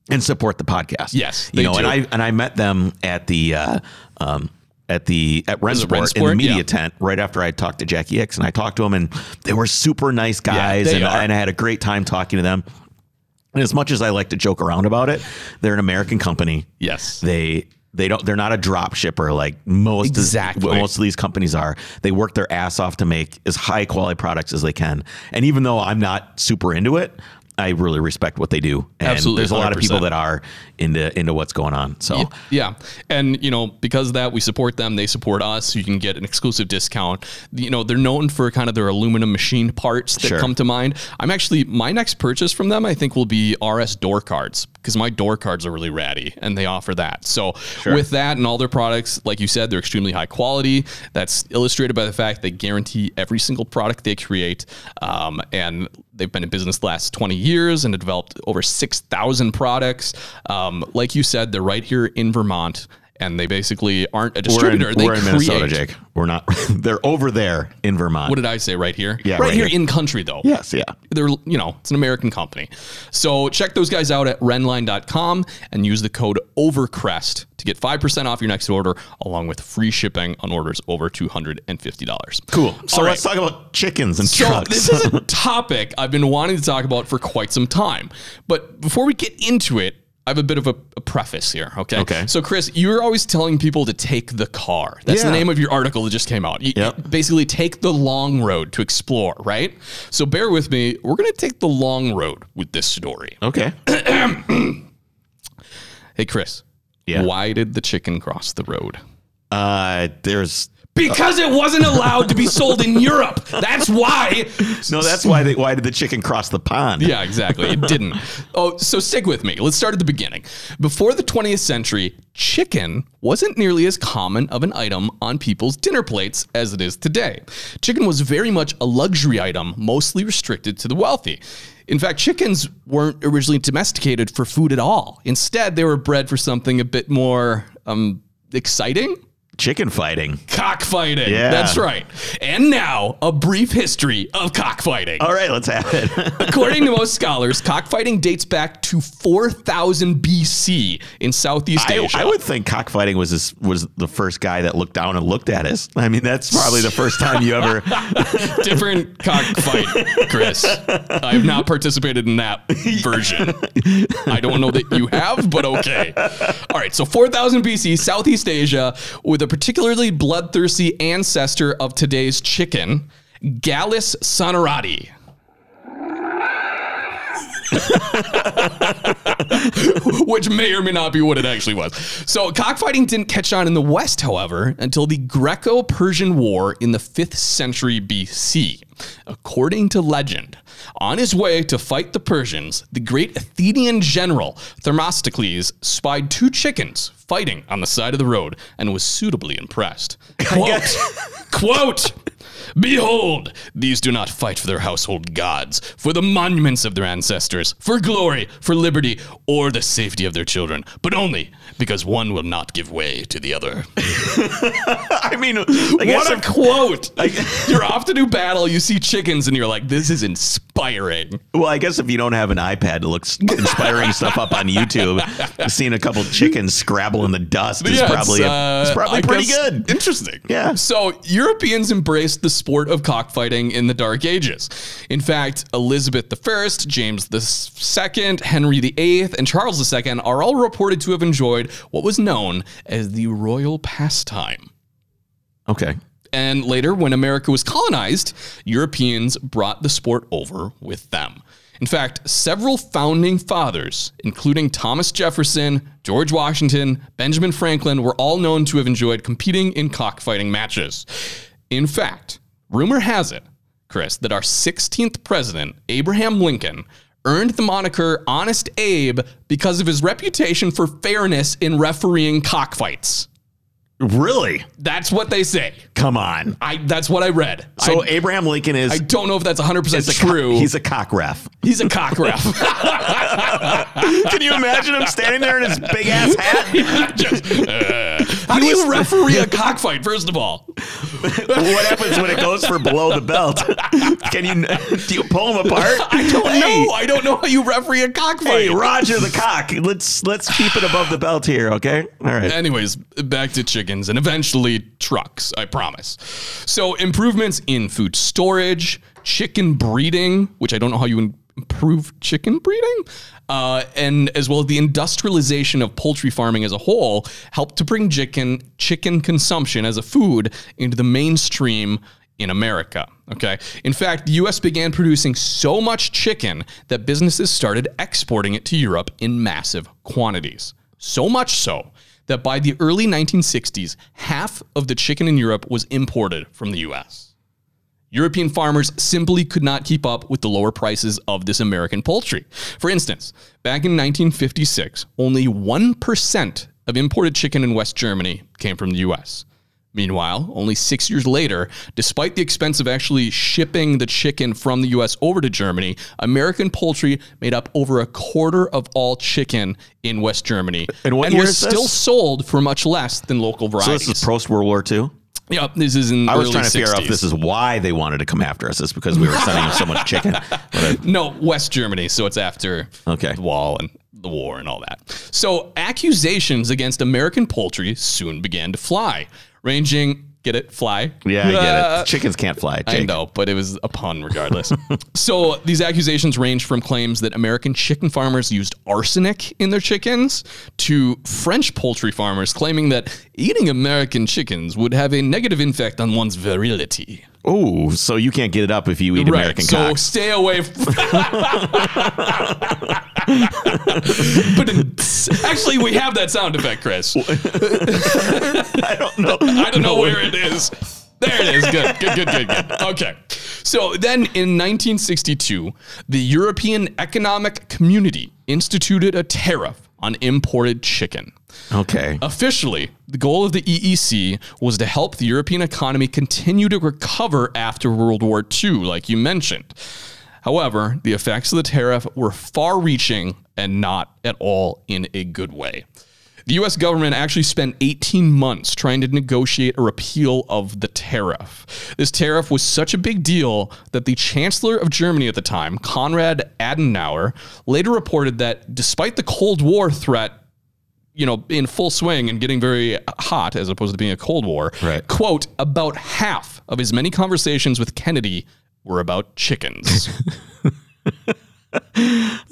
[SPEAKER 1] and support the podcast.
[SPEAKER 2] Yes,
[SPEAKER 1] you
[SPEAKER 2] they
[SPEAKER 1] know, and
[SPEAKER 2] do.
[SPEAKER 1] I and I met them at the. Uh, um, at the at
[SPEAKER 2] it
[SPEAKER 1] Rensport in the
[SPEAKER 2] Rensport?
[SPEAKER 1] media
[SPEAKER 2] Yeah.
[SPEAKER 1] tent, right after I talked to Jackie X, and I talked to them, and they were super nice guys,
[SPEAKER 2] they
[SPEAKER 1] and,
[SPEAKER 2] are.
[SPEAKER 1] and I had a great time talking to them. And as much as I like to joke around about it, they're an American company.
[SPEAKER 2] Yes.
[SPEAKER 1] They they don't they're not a drop shipper like most
[SPEAKER 2] Exactly.
[SPEAKER 1] what most of these companies are. They work their ass off to make as high quality products as they can. And even though I'm not super into it, I really respect what they do. And
[SPEAKER 2] Absolutely,
[SPEAKER 1] there's a lot of
[SPEAKER 2] 100%.
[SPEAKER 1] people that are into into what's going on. So
[SPEAKER 2] Yeah. And, you know, because of that, we support them. They support us. You can get an exclusive discount. You know, they're known for kind of their aluminum machine parts that
[SPEAKER 1] Sure.
[SPEAKER 2] come to mind. I'm actually, my next purchase from them, I think, will be RS door cards because my door cards are really ratty and they offer that. So, with that and all their products, like you said, they're extremely high quality. That's illustrated by the fact they guarantee every single product they create. Um, and they've been in business the last 20 years and have developed over 6,000 products. Um, like you said, they're right here in Vermont and they basically aren't a
[SPEAKER 1] we're in,
[SPEAKER 2] distributor. they
[SPEAKER 1] we're in Minnesota,
[SPEAKER 2] create-
[SPEAKER 1] Jake. We're not *laughs* they're over there in Vermont.
[SPEAKER 2] What did I say right here?
[SPEAKER 1] Yeah,
[SPEAKER 2] right,
[SPEAKER 1] right
[SPEAKER 2] here,
[SPEAKER 1] here.
[SPEAKER 2] in country though.
[SPEAKER 1] yes, yeah.
[SPEAKER 2] They're, you know, it's an American company. So check those guys out at renline.com and use the code OVERCREST to get 5% off your next order, along with free shipping on orders over $250.
[SPEAKER 1] Cool. So
[SPEAKER 2] All right.
[SPEAKER 1] let's talk about chickens and
[SPEAKER 2] So
[SPEAKER 1] trucks.
[SPEAKER 2] this is a topic I've been wanting to talk about for quite some time. But before we get into it, I have a bit of a, a preface here. Okay.
[SPEAKER 1] Okay.
[SPEAKER 2] So Chris, you're always telling people to take the car. That's the
[SPEAKER 1] Yeah.
[SPEAKER 2] name of your article that just came out. You-
[SPEAKER 1] Yep.
[SPEAKER 2] Basically, take the long road to explore. Right. So bear with me. We're gonna take the long road with this story. *coughs*
[SPEAKER 1] okay.
[SPEAKER 2] Hey, Chris.
[SPEAKER 1] Yeah.
[SPEAKER 2] Why did the chicken cross the road?
[SPEAKER 1] Uh there's
[SPEAKER 2] Because it wasn't allowed to be sold in Europe. That's *laughs* why
[SPEAKER 1] no, that's why they, why did the chicken cross the pond?
[SPEAKER 2] *laughs* Yeah, exactly. It didn't. Oh, so stick with me. Let's start at the beginning. Before the 20th century, chicken wasn't nearly as common of an item on people's dinner plates as it is today. Chicken was very much a luxury item, mostly restricted to the wealthy. In fact, chickens weren't originally domesticated for food at all. Instead, they were bred for something a bit more um, exciting
[SPEAKER 1] Chicken fighting.
[SPEAKER 2] cockfighting.
[SPEAKER 1] Yeah.
[SPEAKER 2] That's right. And now, a brief history of cockfighting.
[SPEAKER 1] All right, let's have it. *laughs*
[SPEAKER 2] According to most scholars, cockfighting dates back to 4000 BC in Southeast
[SPEAKER 1] I,
[SPEAKER 2] Asia.
[SPEAKER 1] I would think cockfighting was this, was the first guy that looked down and looked at us. I mean, that's probably the first time you ever.
[SPEAKER 2] Different cockfight, Chris. I have not participated in that version. I don't know that you have, but okay. All right, so 4000 BC, Southeast Asia, with a particularly bloodthirsty ancestor of today's chicken, Gallus sonorati. *laughs* which may or may not be what it actually was. So, cockfighting didn't catch on in the West, however, until the Greco Persian War in the 5th century BC. According to legend, on his way to fight the Persians, the great Athenian general Thermostocles spied two chickens fighting on the side of the road and was suitably impressed. Quote, quote, Behold, these do not fight for their household gods, for the monuments of their ancestors, for glory, for liberty, or the safety of their children, but only because one will not give way to the other.
[SPEAKER 1] *laughs* I mean, I guess
[SPEAKER 2] What a
[SPEAKER 1] if-
[SPEAKER 2] quote! you're off to do battle, you see chickens, and you're like, this is inspiring.
[SPEAKER 1] well, I guess if you don't have an iPad to look s- inspiring stuff up on YouTube, *laughs* seeing a couple chickens scrabble in the dust is
[SPEAKER 2] Yeah, it's,
[SPEAKER 1] probably
[SPEAKER 2] uh,
[SPEAKER 1] it's probably
[SPEAKER 2] I
[SPEAKER 1] pretty
[SPEAKER 2] guess
[SPEAKER 1] good.
[SPEAKER 2] Interesting.
[SPEAKER 1] Yeah.
[SPEAKER 2] So Europeans embraced the sport of cockfighting in the Dark Ages. In fact, Elizabeth I, James II, Henry VIII, and Charles II are all reported to have enjoyed what was known as the royal pastime.
[SPEAKER 1] Okay,
[SPEAKER 2] And later, when America was colonized, Europeans brought the sport over with them. In fact, several founding fathers, including Thomas Jefferson, George Washington, Benjamin Franklin, were all known to have enjoyed competing in cockfighting matches. In fact, rumor has it, Chris, that our 16th president, Abraham Lincoln, earned the moniker Honest Abe because of his reputation for fairness in refereeing cockfights.
[SPEAKER 1] Really?
[SPEAKER 2] That's what they say.
[SPEAKER 1] Come on.
[SPEAKER 2] I that's what I read.
[SPEAKER 1] So
[SPEAKER 2] I,
[SPEAKER 1] Abraham Lincoln is
[SPEAKER 2] I don't know if that's 100%
[SPEAKER 1] is a co-
[SPEAKER 2] true. he's,
[SPEAKER 1] he's a cock ref.
[SPEAKER 2] a cock ref.
[SPEAKER 1] *laughs* Can you imagine him standing there in his big ass hat? uh,
[SPEAKER 2] How do you referee a cockfight first of all?
[SPEAKER 1] what happens when it goes for below the belt? *laughs* Can you do you pull him apart?
[SPEAKER 2] I don't
[SPEAKER 1] Hey,
[SPEAKER 2] know. I don't know how you referee a cockfight.
[SPEAKER 1] Hey, Roger the cock. Let's let's keep it above the belt here, okay? All right.
[SPEAKER 2] Anyways, back to chickens and eventually trucks, I promise. So, improvements in food storage, chicken breeding, which I don't know how you im- improve chicken breeding, uh, and as well as the industrialization of poultry farming as a whole, helped to bring chicken chicken consumption as a food into the mainstream in America. Okay. In fact, the US began producing so much chicken that businesses started exporting it to Europe in massive quantities. So much so that by the early 1960s, half of the chicken in Europe was imported from the US. European farmers simply could not keep up with the lower prices of this American poultry. For instance, back in 1956, only 1% of imported chicken in West Germany came from the US. Meanwhile, only six years later, despite the expense of actually shipping the chicken from the US over to Germany, American poultry made up over a quarter of all chicken in West Germany
[SPEAKER 1] And what
[SPEAKER 2] and
[SPEAKER 1] year
[SPEAKER 2] was
[SPEAKER 1] is this?
[SPEAKER 2] still sold for much less than local
[SPEAKER 1] So
[SPEAKER 2] varieties.
[SPEAKER 1] this is post World War II.
[SPEAKER 2] yep, this is in
[SPEAKER 1] I was
[SPEAKER 2] early
[SPEAKER 1] trying to figure out
[SPEAKER 2] 60s.
[SPEAKER 1] if this is why they wanted to come after us. It's because we were sending them so much chicken.
[SPEAKER 2] No, West Germany. So it's after
[SPEAKER 1] Okay.
[SPEAKER 2] the wall and the war and all that. So accusations against American poultry soon began to fly, ranging get it fly.
[SPEAKER 1] *laughs* Yeah, I get
[SPEAKER 2] Uh,
[SPEAKER 1] it. Chickens can't fly.
[SPEAKER 2] I
[SPEAKER 1] Jake.
[SPEAKER 2] know, but it was a pun regardless. *laughs* so these accusations range from claims that American chicken farmers used arsenic in their chickens to French poultry farmers claiming that eating American chickens would have a negative effect on one's virility.
[SPEAKER 1] Oh, so you can't get it up if you eat American
[SPEAKER 2] so
[SPEAKER 1] cocks.
[SPEAKER 2] stay away. From- *laughs* but in- actually, we have that sound effect, Chris.
[SPEAKER 1] *laughs* I don't know.
[SPEAKER 2] I don't know where it is. There it is. Good, good, good, good, good. Okay. So then in 1962, the European Economic Community instituted a tariff on imported chicken.
[SPEAKER 1] Okay.
[SPEAKER 2] Officially, the goal of the EEC was to help the European economy continue to recover after World War II, like you mentioned. However, the effects of the tariff were far reaching and not at all in a good way. The US government actually spent 18 months trying to negotiate a repeal of the tariff. This tariff was such a big deal that the Chancellor of Germany at the time, Konrad Adenauer, later reported that despite the Cold War threat you know, in full swing and getting very hot as opposed to being a Cold War.
[SPEAKER 1] Right.
[SPEAKER 2] Quote, about half of his many conversations with Kennedy were about chickens.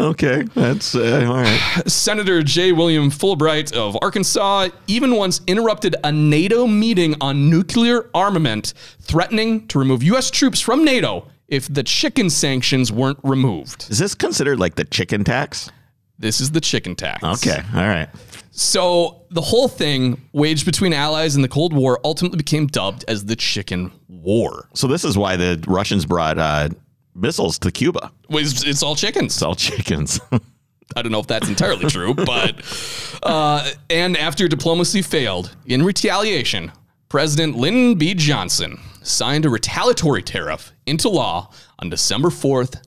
[SPEAKER 1] Okay. That's uh, all right.
[SPEAKER 2] Senator J. William Fulbright of Arkansas even once interrupted a NATO meeting on nuclear armament, threatening to remove U.S. troops from NATO if the chicken sanctions weren't removed.
[SPEAKER 1] Is this considered like the chicken tax?
[SPEAKER 2] This is the chicken tax.
[SPEAKER 1] Okay. All right.
[SPEAKER 2] So the whole thing waged between allies in the Cold War ultimately became dubbed as the Chicken War.
[SPEAKER 1] So this is why the Russians brought uh, missiles to Cuba.
[SPEAKER 2] It's, it's all chickens.
[SPEAKER 1] It's all chickens. *laughs*
[SPEAKER 2] I don't know if that's entirely true, but uh, and after diplomacy failed, in retaliation, President Lyndon B. Johnson signed a retaliatory tariff into law on December 4th,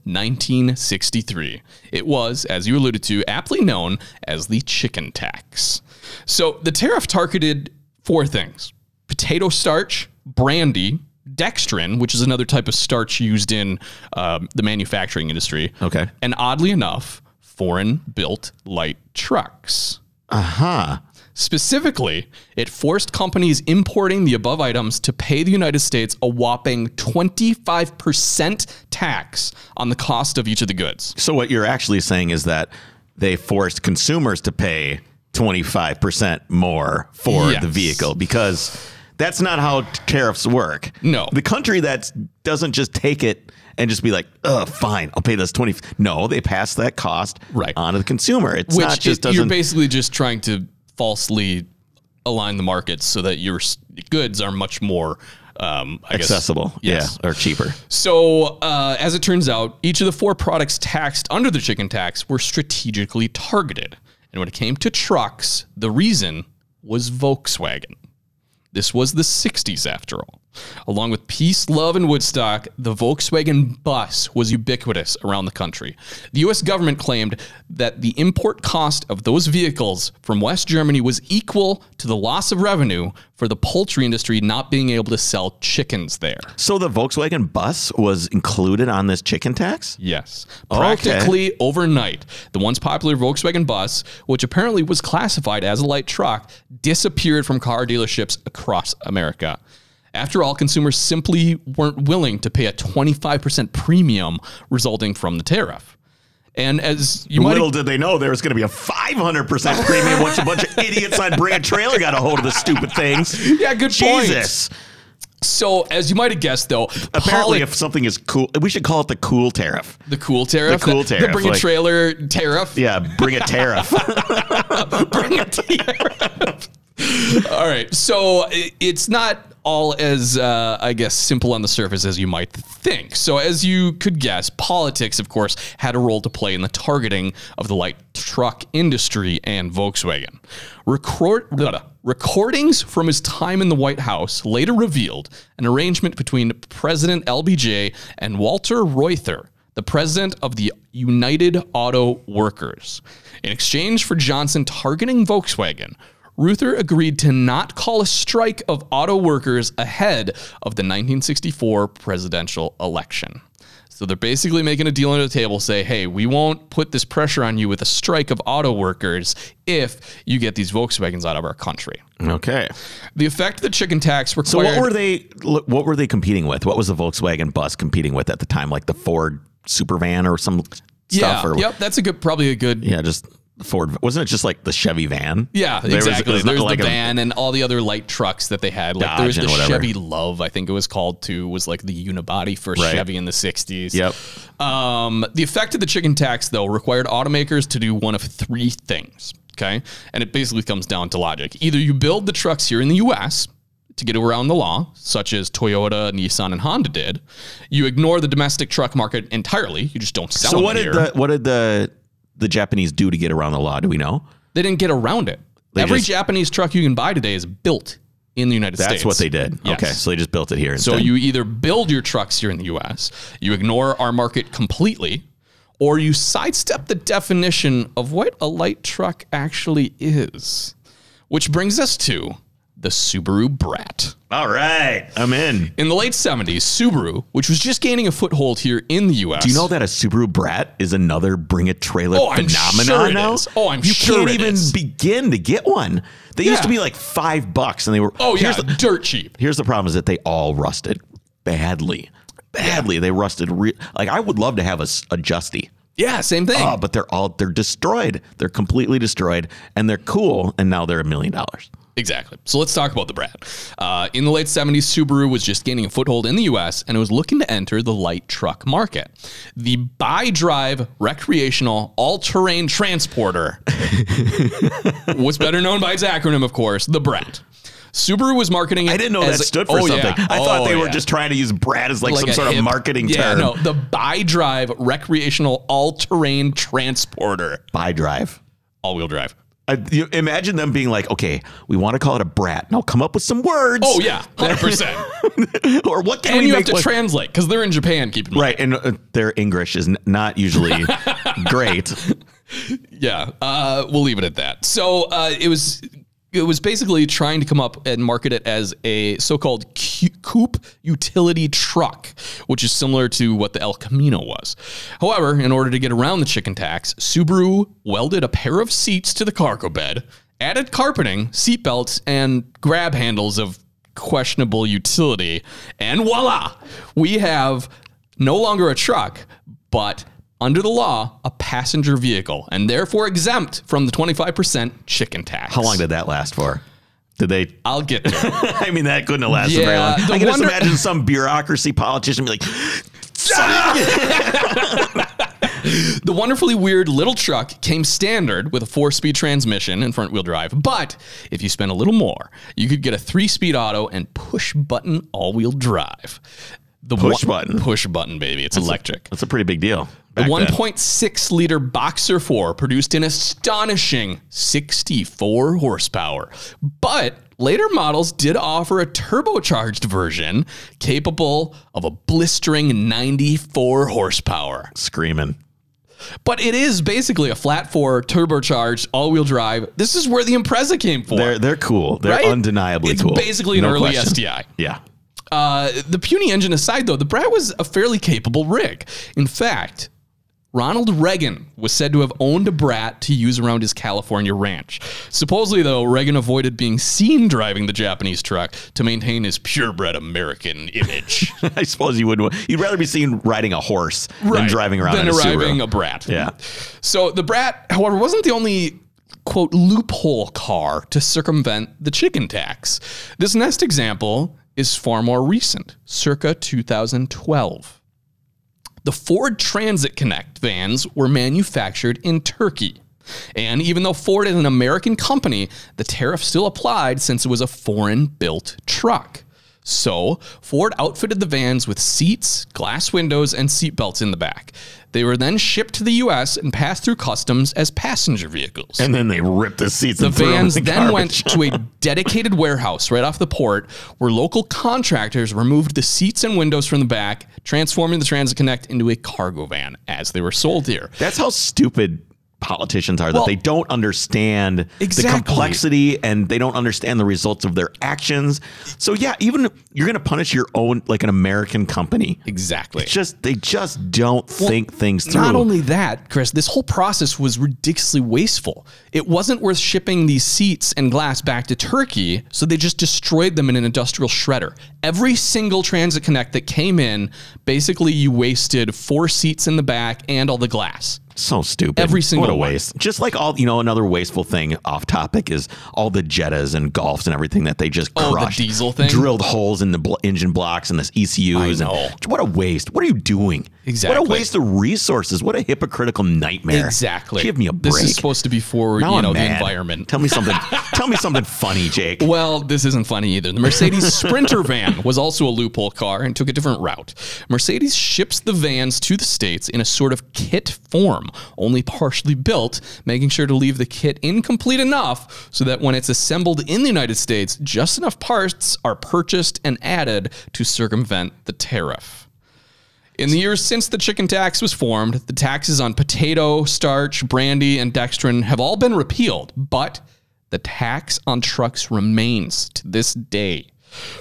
[SPEAKER 2] 1963. It was, as you alluded to, aptly known as the chicken tax. So the tariff targeted four things potato starch, brandy, dextrin, which is another type of starch used in um, the manufacturing industry.
[SPEAKER 1] Okay.
[SPEAKER 2] And oddly enough, foreign built light trucks.
[SPEAKER 1] huh.
[SPEAKER 2] Specifically, it forced companies importing the above items to pay the United States a whopping 25% tax on the cost of each of the goods.
[SPEAKER 1] So what you're actually saying is that they forced consumers to pay 25% more for
[SPEAKER 2] Yes.
[SPEAKER 1] the vehicle because that's not how tariffs work.
[SPEAKER 2] No.
[SPEAKER 1] The country that doesn't just take it and just be like, "Uh, fine, I'll pay this 20." No, they pass that cost
[SPEAKER 2] Right.
[SPEAKER 1] onto the consumer. It's
[SPEAKER 2] Which
[SPEAKER 1] not just
[SPEAKER 2] it- you're
[SPEAKER 1] doesn't
[SPEAKER 2] basically just trying to falsely align the markets so that your s- goods are much more um, I guess-
[SPEAKER 1] accessible.
[SPEAKER 2] yes.
[SPEAKER 1] Yeah, or cheaper.
[SPEAKER 2] So, uh, as it turns out, each of the four products taxed under the chicken tax were strategically targeted. And when it came to trucks, the reason was Volkswagen. This was the 60s, after all. Along with peace, love, and Woodstock, the Volkswagen bus was ubiquitous around the country. The US government claimed that the import cost of those vehicles from West Germany was equal to the loss of revenue for the poultry industry not being able to sell chickens there.
[SPEAKER 1] So the Volkswagen bus was included on this chicken tax.
[SPEAKER 2] Yes.
[SPEAKER 1] Oh,
[SPEAKER 2] Practically overnight, the once popular Volkswagen bus, which apparently was classified as a light truck, disappeared from car dealerships across America. After all, consumers simply weren't willing to pay a 25% premium resulting from the tariff. And as you might
[SPEAKER 1] Little did they know there was going to be a 500% premium once a bunch of idiots on Brand Trailer got a hold of the stupid things.
[SPEAKER 2] Yeah, good point.
[SPEAKER 1] Jesus.
[SPEAKER 2] so as you might have guessed though,
[SPEAKER 1] Apparently,
[SPEAKER 2] poli-
[SPEAKER 1] if something is cool, we should call it the cool tariff.
[SPEAKER 2] the cool tariff,
[SPEAKER 1] the cool
[SPEAKER 2] the
[SPEAKER 1] tariff,
[SPEAKER 2] bring a
[SPEAKER 1] like-
[SPEAKER 2] trailer tariff,
[SPEAKER 1] Yeah, bring a *laughs* tariff.
[SPEAKER 2] bring it to Europe. all right. So i- it's not all as, uh, I guess, simple on the surface as you might think. So, as you could guess, politics, of course, had a role to play in the targeting of the light truck industry and Volkswagen. Record. blah, blah. Recordings from his time in the White House later revealed an arrangement between President LBJ and Walter Reuther, the president of the United Auto Workers. In exchange for Johnson targeting Volkswagen, Reuther agreed to not call a strike of auto workers ahead of the 1964 presidential election. So they're basically making a deal under the table say, hey, we won't put this pressure on you with a strike of auto workers if you get these Volkswagens out of our country.
[SPEAKER 1] okay.
[SPEAKER 2] The effect the chicken tax required.
[SPEAKER 1] So what were they? look, What were they competing with? What was the Volkswagen bus competing with at the time? Like the Ford Supervan or some
[SPEAKER 2] yeah,
[SPEAKER 1] stuff? Or,
[SPEAKER 2] yep, that's a good, probably a good
[SPEAKER 1] Yeah, just Ford. Wasn't it just like the Chevy van?
[SPEAKER 2] Yeah,
[SPEAKER 1] There was-
[SPEAKER 2] exactly.
[SPEAKER 1] it was not
[SPEAKER 2] There's
[SPEAKER 1] like
[SPEAKER 2] the
[SPEAKER 1] a-
[SPEAKER 2] van and all the other light trucks that they had. Like
[SPEAKER 1] Dodge
[SPEAKER 2] there was the
[SPEAKER 1] and whatever.
[SPEAKER 2] Chevy Love, I think it was called too, was like the unibody for
[SPEAKER 1] Right.
[SPEAKER 2] Chevy in the 60s.
[SPEAKER 1] Yep.
[SPEAKER 2] Um, the effect of the chicken tax, though, required automakers to do one of three things. Okay. And it basically comes down to logic. Either you build the trucks here in the US to get around the law, such as Toyota, Nissan, and Honda did, you ignore the domestic truck market entirely. You just don't sell
[SPEAKER 1] So
[SPEAKER 2] them
[SPEAKER 1] what
[SPEAKER 2] here.
[SPEAKER 1] did the what did the the Japanese do to get around the law? Do we know?
[SPEAKER 2] they didn't get around it. Every
[SPEAKER 1] just-
[SPEAKER 2] Japanese truck you can buy today is built in the United
[SPEAKER 1] That's
[SPEAKER 2] States.
[SPEAKER 1] what they did.
[SPEAKER 2] Yes.
[SPEAKER 1] Okay, so they just built it here.
[SPEAKER 2] So
[SPEAKER 1] instead.
[SPEAKER 2] you either build your trucks here in the US, you ignore our market completely, or you sidestep the definition of what a light truck actually is. Which brings us to the Subaru Brat.
[SPEAKER 1] all right? I'm in.
[SPEAKER 2] In the late 70s, Subaru, which was just gaining a foothold here in the US.
[SPEAKER 1] Do you know that a Subaru Brat is another bring a trailer
[SPEAKER 2] Oh, I'm
[SPEAKER 1] phenomenon
[SPEAKER 2] sure it
[SPEAKER 1] now?
[SPEAKER 2] is. Oh, I'm
[SPEAKER 1] you
[SPEAKER 2] sure
[SPEAKER 1] can't
[SPEAKER 2] it
[SPEAKER 1] even
[SPEAKER 2] is.
[SPEAKER 1] begin to get one. They
[SPEAKER 2] Yeah.
[SPEAKER 1] used to be like five bucks, and they were
[SPEAKER 2] Oh, yeah,
[SPEAKER 1] Here's the,
[SPEAKER 2] dirt cheap.
[SPEAKER 1] here's the problem: is that they all rusted badly, badly. They rusted. Re- like I would love to have a, s- a Justy.
[SPEAKER 2] Yeah, same thing.
[SPEAKER 1] Oh, but they're all they're destroyed. They're completely destroyed, and they're cool. And now they're a million dollars.
[SPEAKER 2] Exactly. So let's talk about the Brat. Uh, in the late 70s, Subaru was just gaining a foothold in the US and it was looking to enter the light truck market. The bi drive recreational all terrain transporter
[SPEAKER 1] *laughs*
[SPEAKER 2] was better known by its acronym, of course, the Brat. Subaru was marketing it.
[SPEAKER 1] I didn't know
[SPEAKER 2] as
[SPEAKER 1] that
[SPEAKER 2] a-
[SPEAKER 1] stood for
[SPEAKER 2] Oh, yeah.
[SPEAKER 1] something. I thought
[SPEAKER 2] Oh,
[SPEAKER 1] they were
[SPEAKER 2] yeah.
[SPEAKER 1] just trying to use Brad as like, some
[SPEAKER 2] a
[SPEAKER 1] sort
[SPEAKER 2] hip-
[SPEAKER 1] of marketing
[SPEAKER 2] yeah,
[SPEAKER 1] term.
[SPEAKER 2] no, the bi drive recreational all terrain transporter,
[SPEAKER 1] Buy drive.
[SPEAKER 2] all
[SPEAKER 1] *laughs*
[SPEAKER 2] wheel drive.
[SPEAKER 1] I, Uh, you imagine them being like, okay, we want to call it a brat. Now come up with some words.
[SPEAKER 2] Oh, yeah,
[SPEAKER 1] *laughs*
[SPEAKER 2] 100%.
[SPEAKER 1] or what can
[SPEAKER 2] and
[SPEAKER 1] we
[SPEAKER 2] you have
[SPEAKER 1] make?
[SPEAKER 2] to
[SPEAKER 1] with-
[SPEAKER 2] translate because they're in Japan, keep in mind.
[SPEAKER 1] right, and uh, their English is n- not
[SPEAKER 2] *laughs*
[SPEAKER 1] usually great.
[SPEAKER 2] yeah uh, we'll leave it at that so uh, it was it was basically trying to come up and market it as a so-called cu- coupe utility truck which is similar to what the el camino was however in order to get around the chicken tax subaru welded a pair of seats to the cargo bed added carpeting seat belts and grab handles of questionable utility and voila we have no longer a truck but under the law, a passenger vehicle, and therefore exempt from the 25% chicken tax.
[SPEAKER 1] How long did that last for? Did they?
[SPEAKER 2] *laughs* I'll get
[SPEAKER 1] *laughs*
[SPEAKER 2] there.
[SPEAKER 1] I mean, that couldn't have lasted very
[SPEAKER 2] Yeah,
[SPEAKER 1] long.
[SPEAKER 2] the
[SPEAKER 1] I can *laughs*
[SPEAKER 2] wonder-
[SPEAKER 1] just imagine some bureaucracy politician be like,
[SPEAKER 2] The wonderfully weird little truck came standard with a four speed transmission and front wheel drive, but if you spent a little more, you could get a three speed auto and push button all wheel drive. The
[SPEAKER 1] Push button.
[SPEAKER 2] Push button, baby. It's electric.
[SPEAKER 1] That's a pretty big deal.
[SPEAKER 2] The
[SPEAKER 1] back then.
[SPEAKER 2] 1.6 liter Boxer 4 produced an astonishing 64 horsepower. But later models did offer a turbocharged version capable of a blistering 94 horsepower.
[SPEAKER 1] screaming.
[SPEAKER 2] But it is basically a flat 4 turbocharged all wheel drive. This is where the Impreza came for.
[SPEAKER 1] They're they're cool. They're
[SPEAKER 2] Right?
[SPEAKER 1] undeniably
[SPEAKER 2] It's
[SPEAKER 1] cool.
[SPEAKER 2] basically an early SDI.
[SPEAKER 1] Yeah. *laughs*
[SPEAKER 2] Uh, the puny engine aside, though, the Brat was a fairly capable rig. In fact, Ronald Reagan was said to have owned a Brat to use around his California ranch. Supposedly, though, Reagan avoided being seen driving the Japanese truck to maintain his purebred American
[SPEAKER 1] *laughs*
[SPEAKER 2] image.
[SPEAKER 1] I suppose you would. You'd rather be seen riding a horse than driving around
[SPEAKER 2] Than
[SPEAKER 1] in a
[SPEAKER 2] driving
[SPEAKER 1] Subaru.
[SPEAKER 2] a Brat.
[SPEAKER 1] Yeah.
[SPEAKER 2] So the Brat, however, wasn't the only quote loophole car to circumvent the chicken tax. This next example is far more recent, circa 2012. The Ford Transit Connect vans were manufactured in Turkey. And even though Ford is an American company, the tariff still applied since it was a foreign built truck. So, Ford outfitted the vans with seats, glass windows, and seatbelts in the back. They were then shipped to the US and passed through customs as passenger
[SPEAKER 1] *laughs*
[SPEAKER 2] vehicles.
[SPEAKER 1] and then they ripped the seats.
[SPEAKER 2] The
[SPEAKER 1] and threw 'em
[SPEAKER 2] vans
[SPEAKER 1] in the
[SPEAKER 2] then
[SPEAKER 1] garbage.
[SPEAKER 2] went
[SPEAKER 1] *laughs*
[SPEAKER 2] to a dedicated warehouse right off the port where local contractors removed the seats and windows from the back, transforming the Transit Connect into a cargo van as they were sold here.
[SPEAKER 1] That's how stupid politicians are
[SPEAKER 2] Well-
[SPEAKER 1] that they don't understand
[SPEAKER 2] Exactly.
[SPEAKER 1] the complexity and they don't understand the results of their actions. So yeah, even you're going to punish your own like an American company.
[SPEAKER 2] Exactly.
[SPEAKER 1] Just they just don't think things through.
[SPEAKER 2] Not only that, Chris, this whole process was ridiculously wasteful. It wasn't worth shipping these seats and glass back to Turkey, so they just destroyed them in an industrial shredder. Every single Transit Connect that came in, basically, you wasted four seats in the back and all the glass.
[SPEAKER 1] So stupid.
[SPEAKER 2] Every single
[SPEAKER 1] what a
[SPEAKER 2] one.
[SPEAKER 1] waste. Just like all you know, another wasteful thing off topic is all the Jettas and Golfs and everything that they just
[SPEAKER 2] Oh, the
[SPEAKER 1] crushed.
[SPEAKER 2] diesel thing?
[SPEAKER 1] drilled holes in the bl- engine blocks and this ECUs.
[SPEAKER 2] I know.
[SPEAKER 1] And what a waste. What are you doing?
[SPEAKER 2] Exactly.
[SPEAKER 1] What a waste of resources. What a hypocritical nightmare.
[SPEAKER 2] Exactly.
[SPEAKER 1] Give me a break.
[SPEAKER 2] This is supposed to be for
[SPEAKER 1] Now
[SPEAKER 2] you
[SPEAKER 1] I'm
[SPEAKER 2] know the
[SPEAKER 1] mad.
[SPEAKER 2] environment.
[SPEAKER 1] Tell
[SPEAKER 2] *laughs*
[SPEAKER 1] me something. tell me something funny, Jake.
[SPEAKER 2] Well, this isn't funny either. The
[SPEAKER 1] *laughs*
[SPEAKER 2] Mercedes Sprinter van was also a loophole car and took a different route. Mercedes ships the vans to the States in a sort of kit form, only partially built, making sure to leave the kit incomplete enough so that when it's assembled in the United States, just enough parts are purchased and added to circumvent the tariff. In the years since the chicken tax was formed, the taxes on potato, starch, brandy, and dextrin have all been repealed, but the tax on trucks remains to this day.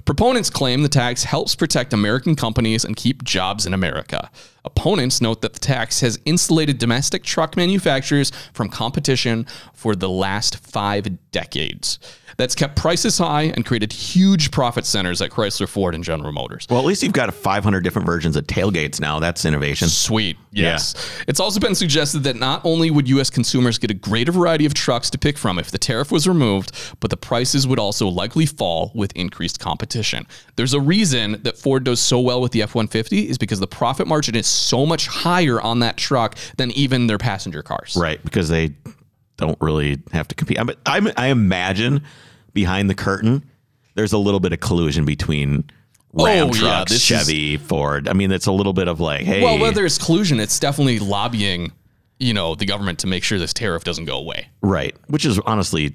[SPEAKER 2] Proponents claim the tax helps protect American companies and keep jobs in America. Opponents note that the tax has insulated domestic truck manufacturers from competition for the last five decades. That's kept prices high and created huge profit centers at Chrysler, Ford, and General Motors.
[SPEAKER 1] Well, at least you've got 500 different versions of tailgates now. That's innovation.
[SPEAKER 2] Sweet. Yes. It's also been suggested that not only would U.S. consumers get a greater variety of trucks to pick from if the tariff was removed, but the prices would also likely fall with increased competition. There's a reason that Ford does so well with the F 150 is because the profit margin is so much higher on that truck than even their passenger cars.
[SPEAKER 1] Right, because they don't really have to compete. I, mean, I, I imagine behind the curtain, there's a little bit of collusion between Ram
[SPEAKER 2] Oh, yeah,
[SPEAKER 1] trucks,
[SPEAKER 2] this
[SPEAKER 1] Chevy, Ford. I mean, it's a little bit of like, hey,
[SPEAKER 2] Well, whether it's collusion, it's definitely lobbying, you know, the government to make sure this tariff doesn't go away.
[SPEAKER 1] right, which is honestly,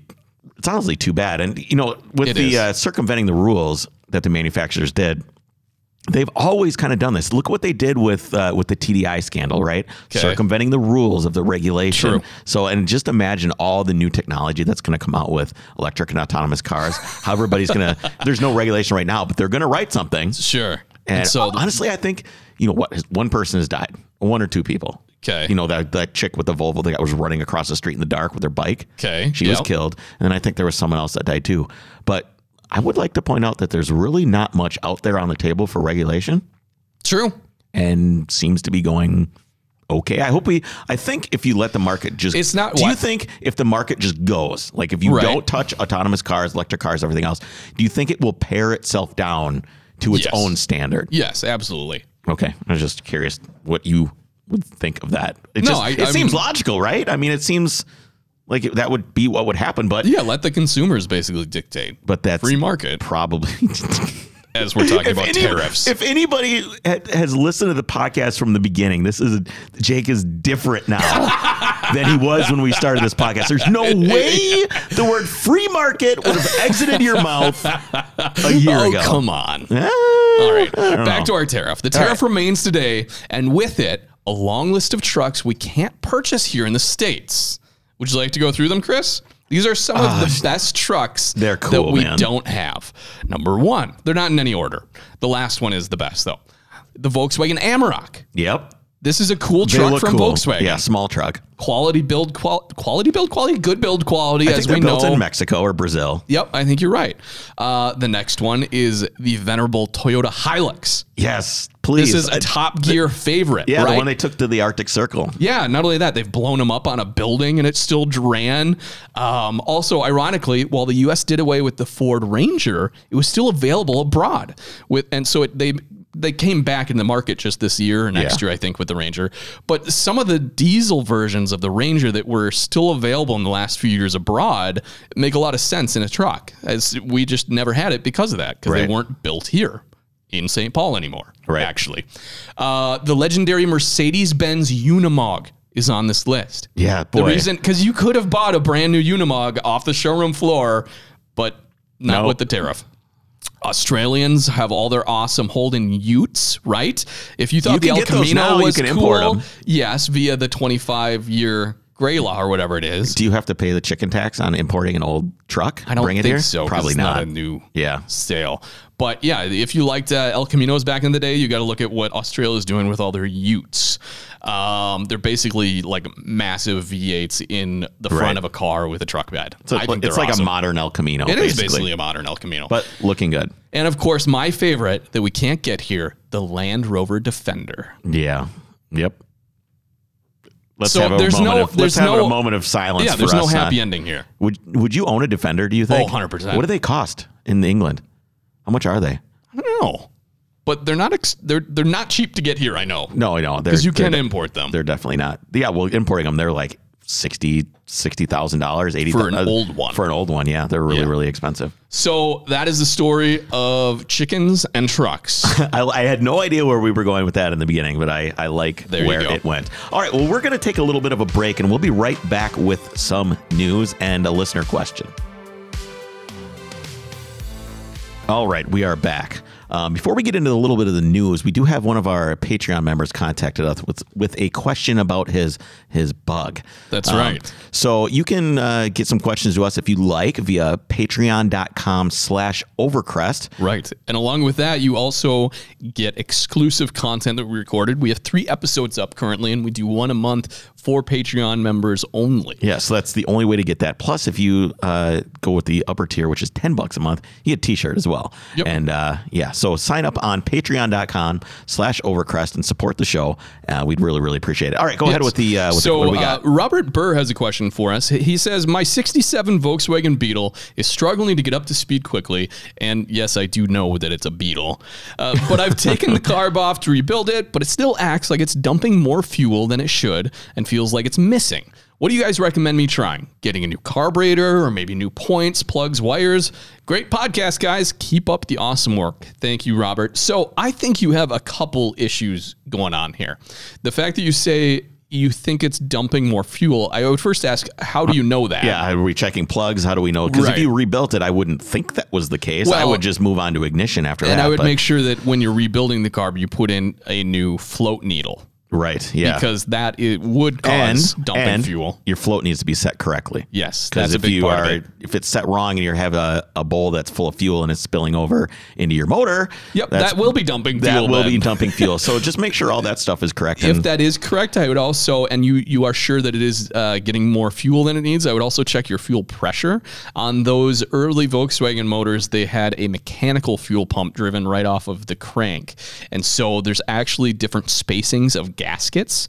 [SPEAKER 1] it's honestly too bad. And you know, with
[SPEAKER 2] It is.
[SPEAKER 1] the uh, circumventing the rules that the manufacturers did. They've always kind of done this. Look what they did with uh, with the TDI scandal, right? Circumventing the rules of the regulation.
[SPEAKER 2] True.
[SPEAKER 1] So, and just imagine all the new technology that's going to come out with electric and autonomous cars. How everybody's going to, *laughs* there's no regulation right now, but they're going to write something.
[SPEAKER 2] Sure.
[SPEAKER 1] And,
[SPEAKER 2] so,
[SPEAKER 1] honestly, I think, you know what, one person has died, one or two people.
[SPEAKER 2] Okay.
[SPEAKER 1] You know, that, that chick with the Volvo that was running across the street in the dark with her bike.
[SPEAKER 2] Okay,
[SPEAKER 1] She was
[SPEAKER 2] yep.
[SPEAKER 1] killed. And then I think there was someone else that died too. But I would like to point out that there's really not much out there on the table for regulation
[SPEAKER 2] true.
[SPEAKER 1] and seems to be going okay. I hope we. I think if you let the market just,
[SPEAKER 2] It's not
[SPEAKER 1] Do you
[SPEAKER 2] what-
[SPEAKER 1] think if the market just goes, like if you
[SPEAKER 2] Right.
[SPEAKER 1] don't touch autonomous cars, electric cars, everything else, do you think it will pare itself down to its
[SPEAKER 2] Yes.
[SPEAKER 1] own standard?
[SPEAKER 2] Yes, absolutely.
[SPEAKER 1] Okay, I was just curious what you would think of that. It
[SPEAKER 2] No,
[SPEAKER 1] just,
[SPEAKER 2] I-
[SPEAKER 1] it
[SPEAKER 2] I
[SPEAKER 1] seems
[SPEAKER 2] mean-
[SPEAKER 1] logical, right? I mean, it seems like it, that would be what would happen, but
[SPEAKER 2] Yeah, let the consumers basically dictate.
[SPEAKER 1] but that's
[SPEAKER 2] free market,
[SPEAKER 1] probably *laughs*
[SPEAKER 2] as we're talking about
[SPEAKER 1] any-
[SPEAKER 2] tariffs.
[SPEAKER 1] if anybody ha- has listened to the podcast from the beginning, this is Jake is different *laughs* now than he was when we started this podcast. There's *laughs* no way the word free market would have exited your mouth a year
[SPEAKER 2] oh,
[SPEAKER 1] ago. Eh?
[SPEAKER 2] come on.
[SPEAKER 1] All
[SPEAKER 2] All right, back to our tariff. The tariff remains today, and with it, a long list of trucks we can't purchase here in the States. Would you like to go through them, Chris? These are some of the best trucks
[SPEAKER 1] Ah, they're cool,
[SPEAKER 2] that we
[SPEAKER 1] man.
[SPEAKER 2] don't have. Number one, they're not in any order. The last one is the best, though. The Volkswagen Amarok.
[SPEAKER 1] Yep.
[SPEAKER 2] This is a cool
[SPEAKER 1] They
[SPEAKER 2] truck
[SPEAKER 1] look
[SPEAKER 2] from
[SPEAKER 1] cool.
[SPEAKER 2] Volkswagen.
[SPEAKER 1] Yeah, small truck.
[SPEAKER 2] Quality build, qual- quality build, quality, good build quality,
[SPEAKER 1] I
[SPEAKER 2] as
[SPEAKER 1] think they're
[SPEAKER 2] we
[SPEAKER 1] built
[SPEAKER 2] know.
[SPEAKER 1] in Mexico or Brazil.
[SPEAKER 2] Yep, I think you're right. Uh, the next one is the venerable Toyota Hilux.
[SPEAKER 1] Yes, please. Uh,
[SPEAKER 2] This is a Top Gear favorite,
[SPEAKER 1] yeah, the
[SPEAKER 2] right?
[SPEAKER 1] one they took to the Arctic Circle.
[SPEAKER 2] yeah, not only that, they've blown them up on a building and it still ran. Um, also, ironically, while the U.S. did away with the Ford Ranger, it was still available abroad. With and so it, they they came back in the market just this year or next
[SPEAKER 1] Yeah.
[SPEAKER 2] year, I think, with the Ranger. But some of the diesel versions of the Ranger that were still available in the last few years abroad make a lot of sense in a truck, as we just never had it because of that because they
[SPEAKER 1] Right.
[SPEAKER 2] weren't built here in St. Paul anymore
[SPEAKER 1] Right.
[SPEAKER 2] actually. Uh, the legendary Mercedes Benz Unimog is on this list.
[SPEAKER 1] Yeah,
[SPEAKER 2] The
[SPEAKER 1] boy.
[SPEAKER 2] reason, because you could have bought a brand new Unimog off the showroom floor, but not
[SPEAKER 1] No.
[SPEAKER 2] with the tariff. Australians have all their awesome Holden Utes, right? If you thought
[SPEAKER 1] You
[SPEAKER 2] the
[SPEAKER 1] can
[SPEAKER 2] El
[SPEAKER 1] get those
[SPEAKER 2] Camino
[SPEAKER 1] now, you
[SPEAKER 2] was
[SPEAKER 1] can
[SPEAKER 2] cool,
[SPEAKER 1] import 'em.
[SPEAKER 2] yes, via the 25 year gray law or whatever it is.
[SPEAKER 1] Do you have to pay the chicken tax on importing an old truck?
[SPEAKER 2] I don't
[SPEAKER 1] Bring it
[SPEAKER 2] think
[SPEAKER 1] here?
[SPEAKER 2] so. 'cause
[SPEAKER 1] Probably
[SPEAKER 2] it's not.
[SPEAKER 1] not.
[SPEAKER 2] a new
[SPEAKER 1] yeah.
[SPEAKER 2] sale. But yeah, if you liked uh, El Caminos back in the day, you got to look at what Australia is doing with all their Utes. Um, they're basically like massive V8s in the front
[SPEAKER 1] Right.
[SPEAKER 2] of a car with a truck bed.
[SPEAKER 1] So
[SPEAKER 2] I think
[SPEAKER 1] it's
[SPEAKER 2] they're
[SPEAKER 1] like
[SPEAKER 2] awesome.
[SPEAKER 1] a modern El Camino.
[SPEAKER 2] It
[SPEAKER 1] basically.
[SPEAKER 2] is basically a modern El Camino.
[SPEAKER 1] but looking good.
[SPEAKER 2] and of course, my favorite that we can't get here, the Land Rover Defender.
[SPEAKER 1] Yeah. Yep. Let's
[SPEAKER 2] So
[SPEAKER 1] have a
[SPEAKER 2] there's
[SPEAKER 1] moment.
[SPEAKER 2] no-
[SPEAKER 1] of, let's
[SPEAKER 2] there's
[SPEAKER 1] have
[SPEAKER 2] no-
[SPEAKER 1] a moment of silence.
[SPEAKER 2] yeah,
[SPEAKER 1] for
[SPEAKER 2] there's no
[SPEAKER 1] us, huh?
[SPEAKER 2] happy ending here.
[SPEAKER 1] Would Would you own a Defender? Do you think?
[SPEAKER 2] 100%.
[SPEAKER 1] What do they cost in England? How much are they?
[SPEAKER 2] I don't know. But they're not ex- they're they're not cheap to get here, I know.
[SPEAKER 1] No, I know they're
[SPEAKER 2] Because you
[SPEAKER 1] they're
[SPEAKER 2] can
[SPEAKER 1] de-
[SPEAKER 2] import them
[SPEAKER 1] They're definitely not. Yeah, well, importing them, they're like sixty sixty thousand dollars, eighty
[SPEAKER 2] for an
[SPEAKER 1] uh,
[SPEAKER 2] old one.
[SPEAKER 1] for an old one. Yeah, they're really
[SPEAKER 2] Yeah.
[SPEAKER 1] really expensive.
[SPEAKER 2] So that is the story of chickens and trucks.
[SPEAKER 1] *laughs* I, I had no idea where we were going with that in the beginning, but I, I like
[SPEAKER 2] There you
[SPEAKER 1] where
[SPEAKER 2] go.
[SPEAKER 1] it went. All right, well, we're going to take a little bit of a break and we'll be right back with some news and a listener question. All right, we are back. Um, before we get into a little bit of the news, we do have one of our Patreon members contacted us with with a question about his his bug. Um,
[SPEAKER 2] That's right.
[SPEAKER 1] So you can uh, get some questions to us if you like via patreon.com slash overcrest.
[SPEAKER 2] right. And along with that, you also get exclusive content that we recorded. We have three episodes up currently, and we do one a month for Patreon members only.
[SPEAKER 1] Yeah, so that's the only way to get that. Plus, if you uh, go with the upper tier, which is ten bucks a month, you get a T-shirt as well.
[SPEAKER 2] Yep.
[SPEAKER 1] And uh, yeah, so sign up on Patreon.com/slash Overcrest and support the show. Uh, we'd really, really appreciate it. All right, go ahead
[SPEAKER 2] Yes.
[SPEAKER 1] with the uh, with
[SPEAKER 2] so
[SPEAKER 1] the, what do we got.
[SPEAKER 2] Uh, Robert Burr has a question for us. He- He says, "My '67 Volkswagen Beetle is struggling to get up to speed quickly, and yes, I do know that it's a Beetle, uh, but I've taken
[SPEAKER 1] *laughs*
[SPEAKER 2] the carb off to rebuild it, but it still acts like it's dumping more fuel than it should, and feels like it's missing." What do you guys recommend me trying? Getting a new carburetor or maybe new points, plugs, wires? Great podcast, guys. Keep up the awesome work. Thank you, Robert. So, I think you have a couple issues going on here. The fact that you say you think it's dumping more fuel, I would first ask, how do you know that?
[SPEAKER 1] yeah, are we checking plugs? How do we know? Because
[SPEAKER 2] Right.
[SPEAKER 1] if you rebuilt it, I wouldn't think that was the case. I
[SPEAKER 2] Well-
[SPEAKER 1] would just move on to ignition after
[SPEAKER 2] And
[SPEAKER 1] that.
[SPEAKER 2] I would
[SPEAKER 1] but-
[SPEAKER 2] make sure that when you're rebuilding the carb, you put in a new float needle
[SPEAKER 1] right. Yeah,
[SPEAKER 2] because that it would
[SPEAKER 1] and
[SPEAKER 2] cause dumping
[SPEAKER 1] and
[SPEAKER 2] fuel.
[SPEAKER 1] Your float needs to be set correctly.
[SPEAKER 2] Yes,
[SPEAKER 1] Because
[SPEAKER 2] that's a
[SPEAKER 1] if
[SPEAKER 2] big
[SPEAKER 1] you
[SPEAKER 2] part of
[SPEAKER 1] are
[SPEAKER 2] it.
[SPEAKER 1] if it's set wrong and you have a, a bowl that's full of fuel and it's spilling over into your motor,
[SPEAKER 2] Yep,
[SPEAKER 1] that's-
[SPEAKER 2] that will be dumping
[SPEAKER 1] that
[SPEAKER 2] fuel.
[SPEAKER 1] will
[SPEAKER 2] then.
[SPEAKER 1] be dumping fuel. So just make sure all that stuff is correct.
[SPEAKER 2] if
[SPEAKER 1] and-
[SPEAKER 2] that is correct, I would also, and you you are sure that it is uh, getting more fuel than it needs. I would also check your fuel pressure on those early Volkswagen motors. They had a mechanical fuel pump driven right off of the crank, and so there's actually different spacings of gaskets.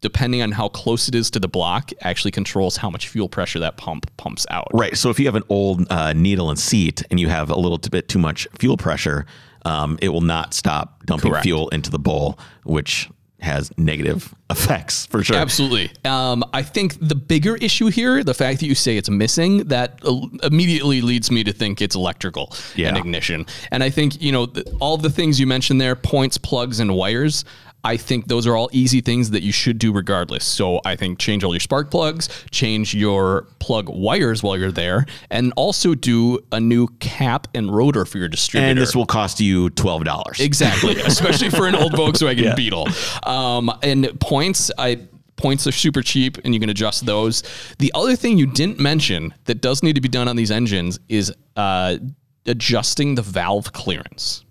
[SPEAKER 2] Depending on how close it is to the block, actually controls how much fuel pressure that pump pumps out.
[SPEAKER 1] right. So if you have an old uh, needle and seat and you have a little t- bit too much fuel pressure, um, it will not stop dumping
[SPEAKER 2] Correct.
[SPEAKER 1] fuel into the bowl, which has negative effects for sure.
[SPEAKER 2] Absolutely. Um, I think the bigger issue here, the fact that you say it's missing, that uh, immediately leads me to think it's electrical and
[SPEAKER 1] Yeah.
[SPEAKER 2] ignition. And I think, you know, th- all the things you mentioned there points, plugs, and wires. I think those are all easy things that you should do regardless. So I think change all your spark plugs, change your plug wires while you're there, and also do a new cap and rotor for your distributor.
[SPEAKER 1] And this will cost you twelve dollars.
[SPEAKER 2] Exactly, *laughs* especially for an old Volkswagen Beetle. Um, and points, I points are super cheap, and you can adjust those. The other thing you didn't mention that does need to be done on these engines is uh, adjusting the valve clearance.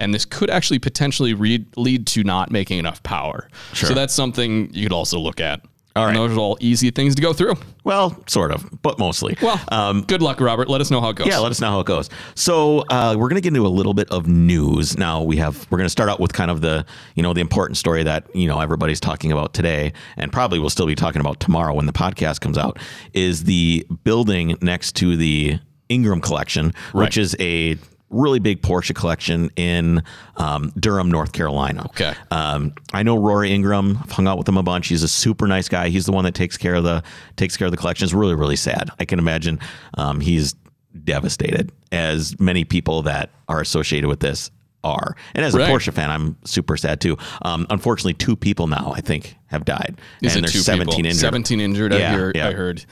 [SPEAKER 2] And this could actually potentially re- lead to not making enough power. So that's something you could also look at.
[SPEAKER 1] All right.
[SPEAKER 2] And those are all easy things to go through.
[SPEAKER 1] Well, sort of, but mostly.
[SPEAKER 2] Well, good luck, Robert. Let us know how it goes.
[SPEAKER 1] Um, Yeah, let us know how it goes. So uh, we're gonna get into a little bit of news now. We have we're gonna start out with kind of the you know the important story that you know everybody's talking about today, and probably we'll still be talking about tomorrow when the podcast comes out. Is the building next to the Ingram Collection,
[SPEAKER 2] Right.
[SPEAKER 1] which is a really big Porsche collection in um, Durham, North Carolina.
[SPEAKER 2] Okay.
[SPEAKER 1] Um, I know Rory Ingram. I've hung out with him a bunch. He's a super nice guy. He's the one that takes care of the takes care of the collection. It's really really sad. I can imagine um, he's devastated, as many people that are associated with this are. And as
[SPEAKER 2] Right.
[SPEAKER 1] a Porsche fan, I'm super sad too. Um, unfortunately, two people now I think have died,
[SPEAKER 2] Is
[SPEAKER 1] and
[SPEAKER 2] it two
[SPEAKER 1] there's 17
[SPEAKER 2] people?
[SPEAKER 1] injured.
[SPEAKER 2] 17 injured, I,
[SPEAKER 1] Yeah,
[SPEAKER 2] hear,
[SPEAKER 1] yeah.
[SPEAKER 2] I heard.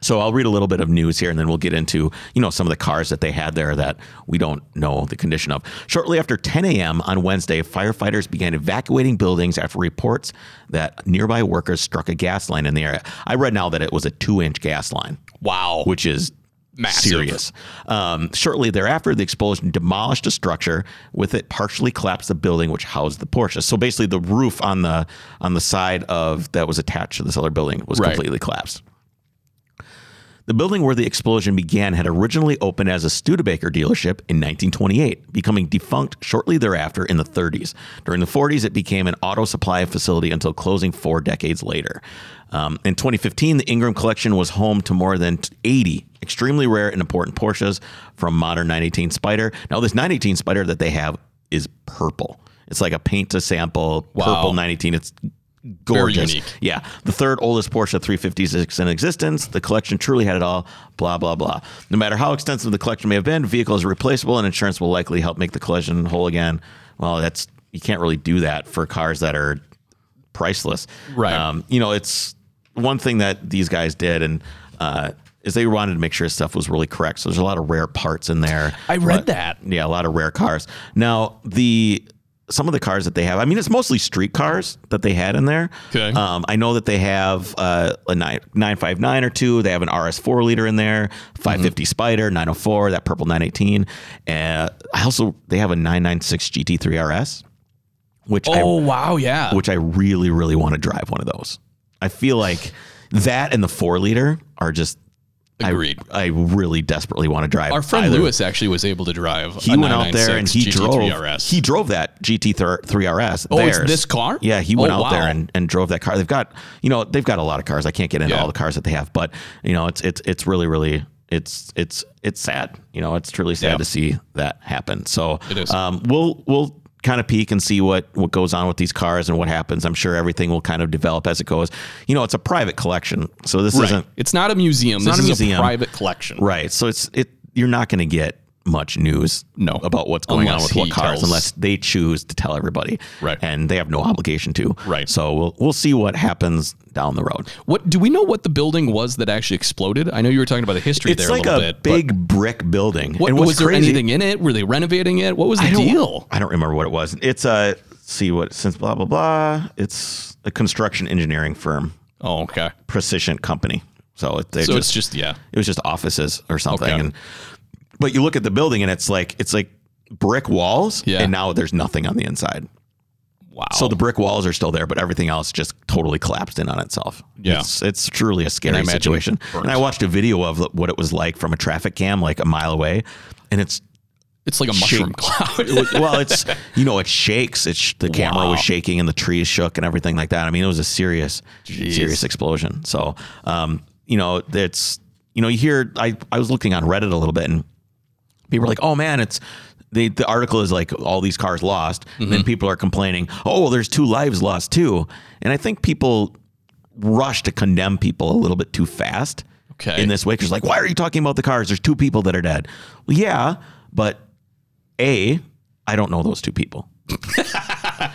[SPEAKER 1] So I'll read a little bit of news here, and then we'll get into you know some of the cars that they had there that we don't know the condition of. Shortly after 10 a.m. on Wednesday, firefighters began evacuating buildings after reports that nearby workers struck a gas line in the area. I read now that it was a two-inch gas line,
[SPEAKER 2] Wow.
[SPEAKER 1] which is
[SPEAKER 2] Massive.
[SPEAKER 1] serious. Um, shortly thereafter, the explosion demolished a structure. With it, partially collapsed the building which housed the Porsche. So basically, the roof on the on the side of that was attached to this other building was
[SPEAKER 2] Right.
[SPEAKER 1] completely collapsed. The building where the explosion began had originally opened as a Studebaker dealership in 1928, becoming defunct shortly thereafter in the 30s. During the 40s, it became an auto supply facility until closing four decades later. Um, in 2015, the Ingram collection was home to more than 80 extremely rare and important Porsches from modern 918 Spider. Now, this 918 Spider that they have is purple. It's like a paint to sample purple 918. It's gorgeous.
[SPEAKER 2] unique.
[SPEAKER 1] Yeah, the third oldest Porsche 356 in existence. The collection truly had it all. Blah blah blah. No matter how extensive the collection may have been, vehicles are replaceable, and insurance will likely help make the collection whole again. Well, that's you can't really do that for cars that are priceless. Um,
[SPEAKER 2] Right.
[SPEAKER 1] you know, it's one thing that these guys did, and uh, is they wanted to make sure stuff was really correct. So there's a lot of rare parts in there.
[SPEAKER 2] I read
[SPEAKER 1] But-
[SPEAKER 2] that.
[SPEAKER 1] yeah, a lot of rare cars. Now the some of the cars that they have, I mean, it's mostly street cars that they had in there.
[SPEAKER 2] Okay.
[SPEAKER 1] Um, I know that they have uh, a nine nine five nine or two. They have an RS four liter in there, five
[SPEAKER 2] Mm-hmm.
[SPEAKER 1] Spider, nine hundred four, that purple nine eighteen. Uh, I also they have a nine nine six GT three RS, which I
[SPEAKER 2] Oh, wow. Yeah.
[SPEAKER 1] which I really, really want to drive one of those. I feel like that and the four liter are just I-
[SPEAKER 2] Agreed.
[SPEAKER 1] I, really desperately want to drive.
[SPEAKER 2] Our friend
[SPEAKER 1] either.
[SPEAKER 2] Lewis actually was able to drive.
[SPEAKER 1] He
[SPEAKER 2] a
[SPEAKER 1] went out there
[SPEAKER 2] 996
[SPEAKER 1] and he
[SPEAKER 2] GT3
[SPEAKER 1] drove.
[SPEAKER 2] RS.
[SPEAKER 1] He drove that GT3 RS.
[SPEAKER 2] Oh, it's this car?
[SPEAKER 1] Yeah, he went
[SPEAKER 2] Oh,
[SPEAKER 1] out
[SPEAKER 2] wow.
[SPEAKER 1] there and, and drove that car. They've got you know they've got a lot of cars. I can't get into
[SPEAKER 2] Yeah.
[SPEAKER 1] all the cars that they have, but you know it's it's it's really really it's it's it's sad. You know it's truly sad
[SPEAKER 2] Yeah.
[SPEAKER 1] to see that happen. So
[SPEAKER 2] It is.
[SPEAKER 1] Um, we'll we'll kind of peek and see what what goes on with these cars and what happens. I'm sure everything will kind of develop as it goes. You know it's a private collection, so this isn't
[SPEAKER 2] it's not a museum. This
[SPEAKER 1] not a
[SPEAKER 2] is
[SPEAKER 1] museum.
[SPEAKER 2] a private collection.
[SPEAKER 1] Right. So it's it you're not going to get much news
[SPEAKER 2] No.
[SPEAKER 1] about what's going
[SPEAKER 2] Unless
[SPEAKER 1] on with what
[SPEAKER 2] he
[SPEAKER 1] cars
[SPEAKER 2] tells-
[SPEAKER 1] unless they choose to tell everybody.
[SPEAKER 2] Right.
[SPEAKER 1] And they have no obligation to.
[SPEAKER 2] Right.
[SPEAKER 1] So we'll we'll see what happens down the road.
[SPEAKER 2] What do we know? What the building was that actually exploded? I know you were talking about the history
[SPEAKER 1] It's
[SPEAKER 2] there
[SPEAKER 1] like
[SPEAKER 2] a little
[SPEAKER 1] a
[SPEAKER 2] bit. but
[SPEAKER 1] big brick building.
[SPEAKER 2] what,
[SPEAKER 1] And what's
[SPEAKER 2] was there
[SPEAKER 1] crazy-
[SPEAKER 2] anything in it? Were they renovating it? What was the
[SPEAKER 1] I don't,
[SPEAKER 2] deal?
[SPEAKER 1] I don't remember what it was. It's a see what since blah blah blah. It's a construction engineering firm,
[SPEAKER 2] Oh, okay.
[SPEAKER 1] precision company. So it, they
[SPEAKER 2] So
[SPEAKER 1] just,
[SPEAKER 2] it's just yeah.
[SPEAKER 1] It was just offices or something.
[SPEAKER 2] Okay.
[SPEAKER 1] And but you look at the building and it's like it's like brick walls,
[SPEAKER 2] Yeah. Oh.
[SPEAKER 1] and now there's nothing on the inside.
[SPEAKER 2] Wow.
[SPEAKER 1] So the brick walls are still there, but everything else just totally collapsed in on itself.
[SPEAKER 2] Yeah.
[SPEAKER 1] it's, it's truly a scary
[SPEAKER 2] imagine
[SPEAKER 1] situation.
[SPEAKER 2] burnt.
[SPEAKER 1] And I watched a video of what it was like from a traffic cam, like a mile away, and it's
[SPEAKER 2] it's like a mushroom *laughs* cloud.
[SPEAKER 1] well,
[SPEAKER 2] *laughs*
[SPEAKER 1] it's you know it shakes. It's the camera was shaking and the trees shook and everything like that. I mean, it was a serious, serious explosion. So, um, you know, it's you know you hear I I was looking on Reddit a little bit and people were like, oh man, it's the, the article is like all these cars lost, and then people are complaining, oh, well, there's two lives lost too. And I think people rush to condemn people a little bit too fast
[SPEAKER 2] Okay.
[SPEAKER 1] in this way. Because, like, why are you talking about the cars? There's two people that are dead. Well, yeah, but A, I don't know those two people. *laughs*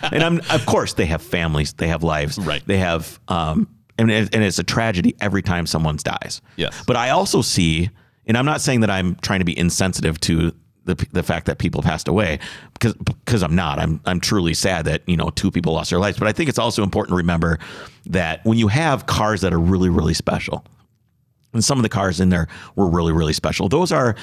[SPEAKER 1] and I'm, of course, they have families, they have lives,
[SPEAKER 2] Right.
[SPEAKER 1] They have, um, and, it- and it's a tragedy every time someone dies.
[SPEAKER 2] Yes.
[SPEAKER 1] But I also see, and I'm not saying that I'm trying to be insensitive to the, the fact that people passed away because because I'm not. I'm I'm truly sad that you know two people lost their lives. But I think it's also important to remember that when you have cars that are really really special, and some of the cars in there were really really special. Those are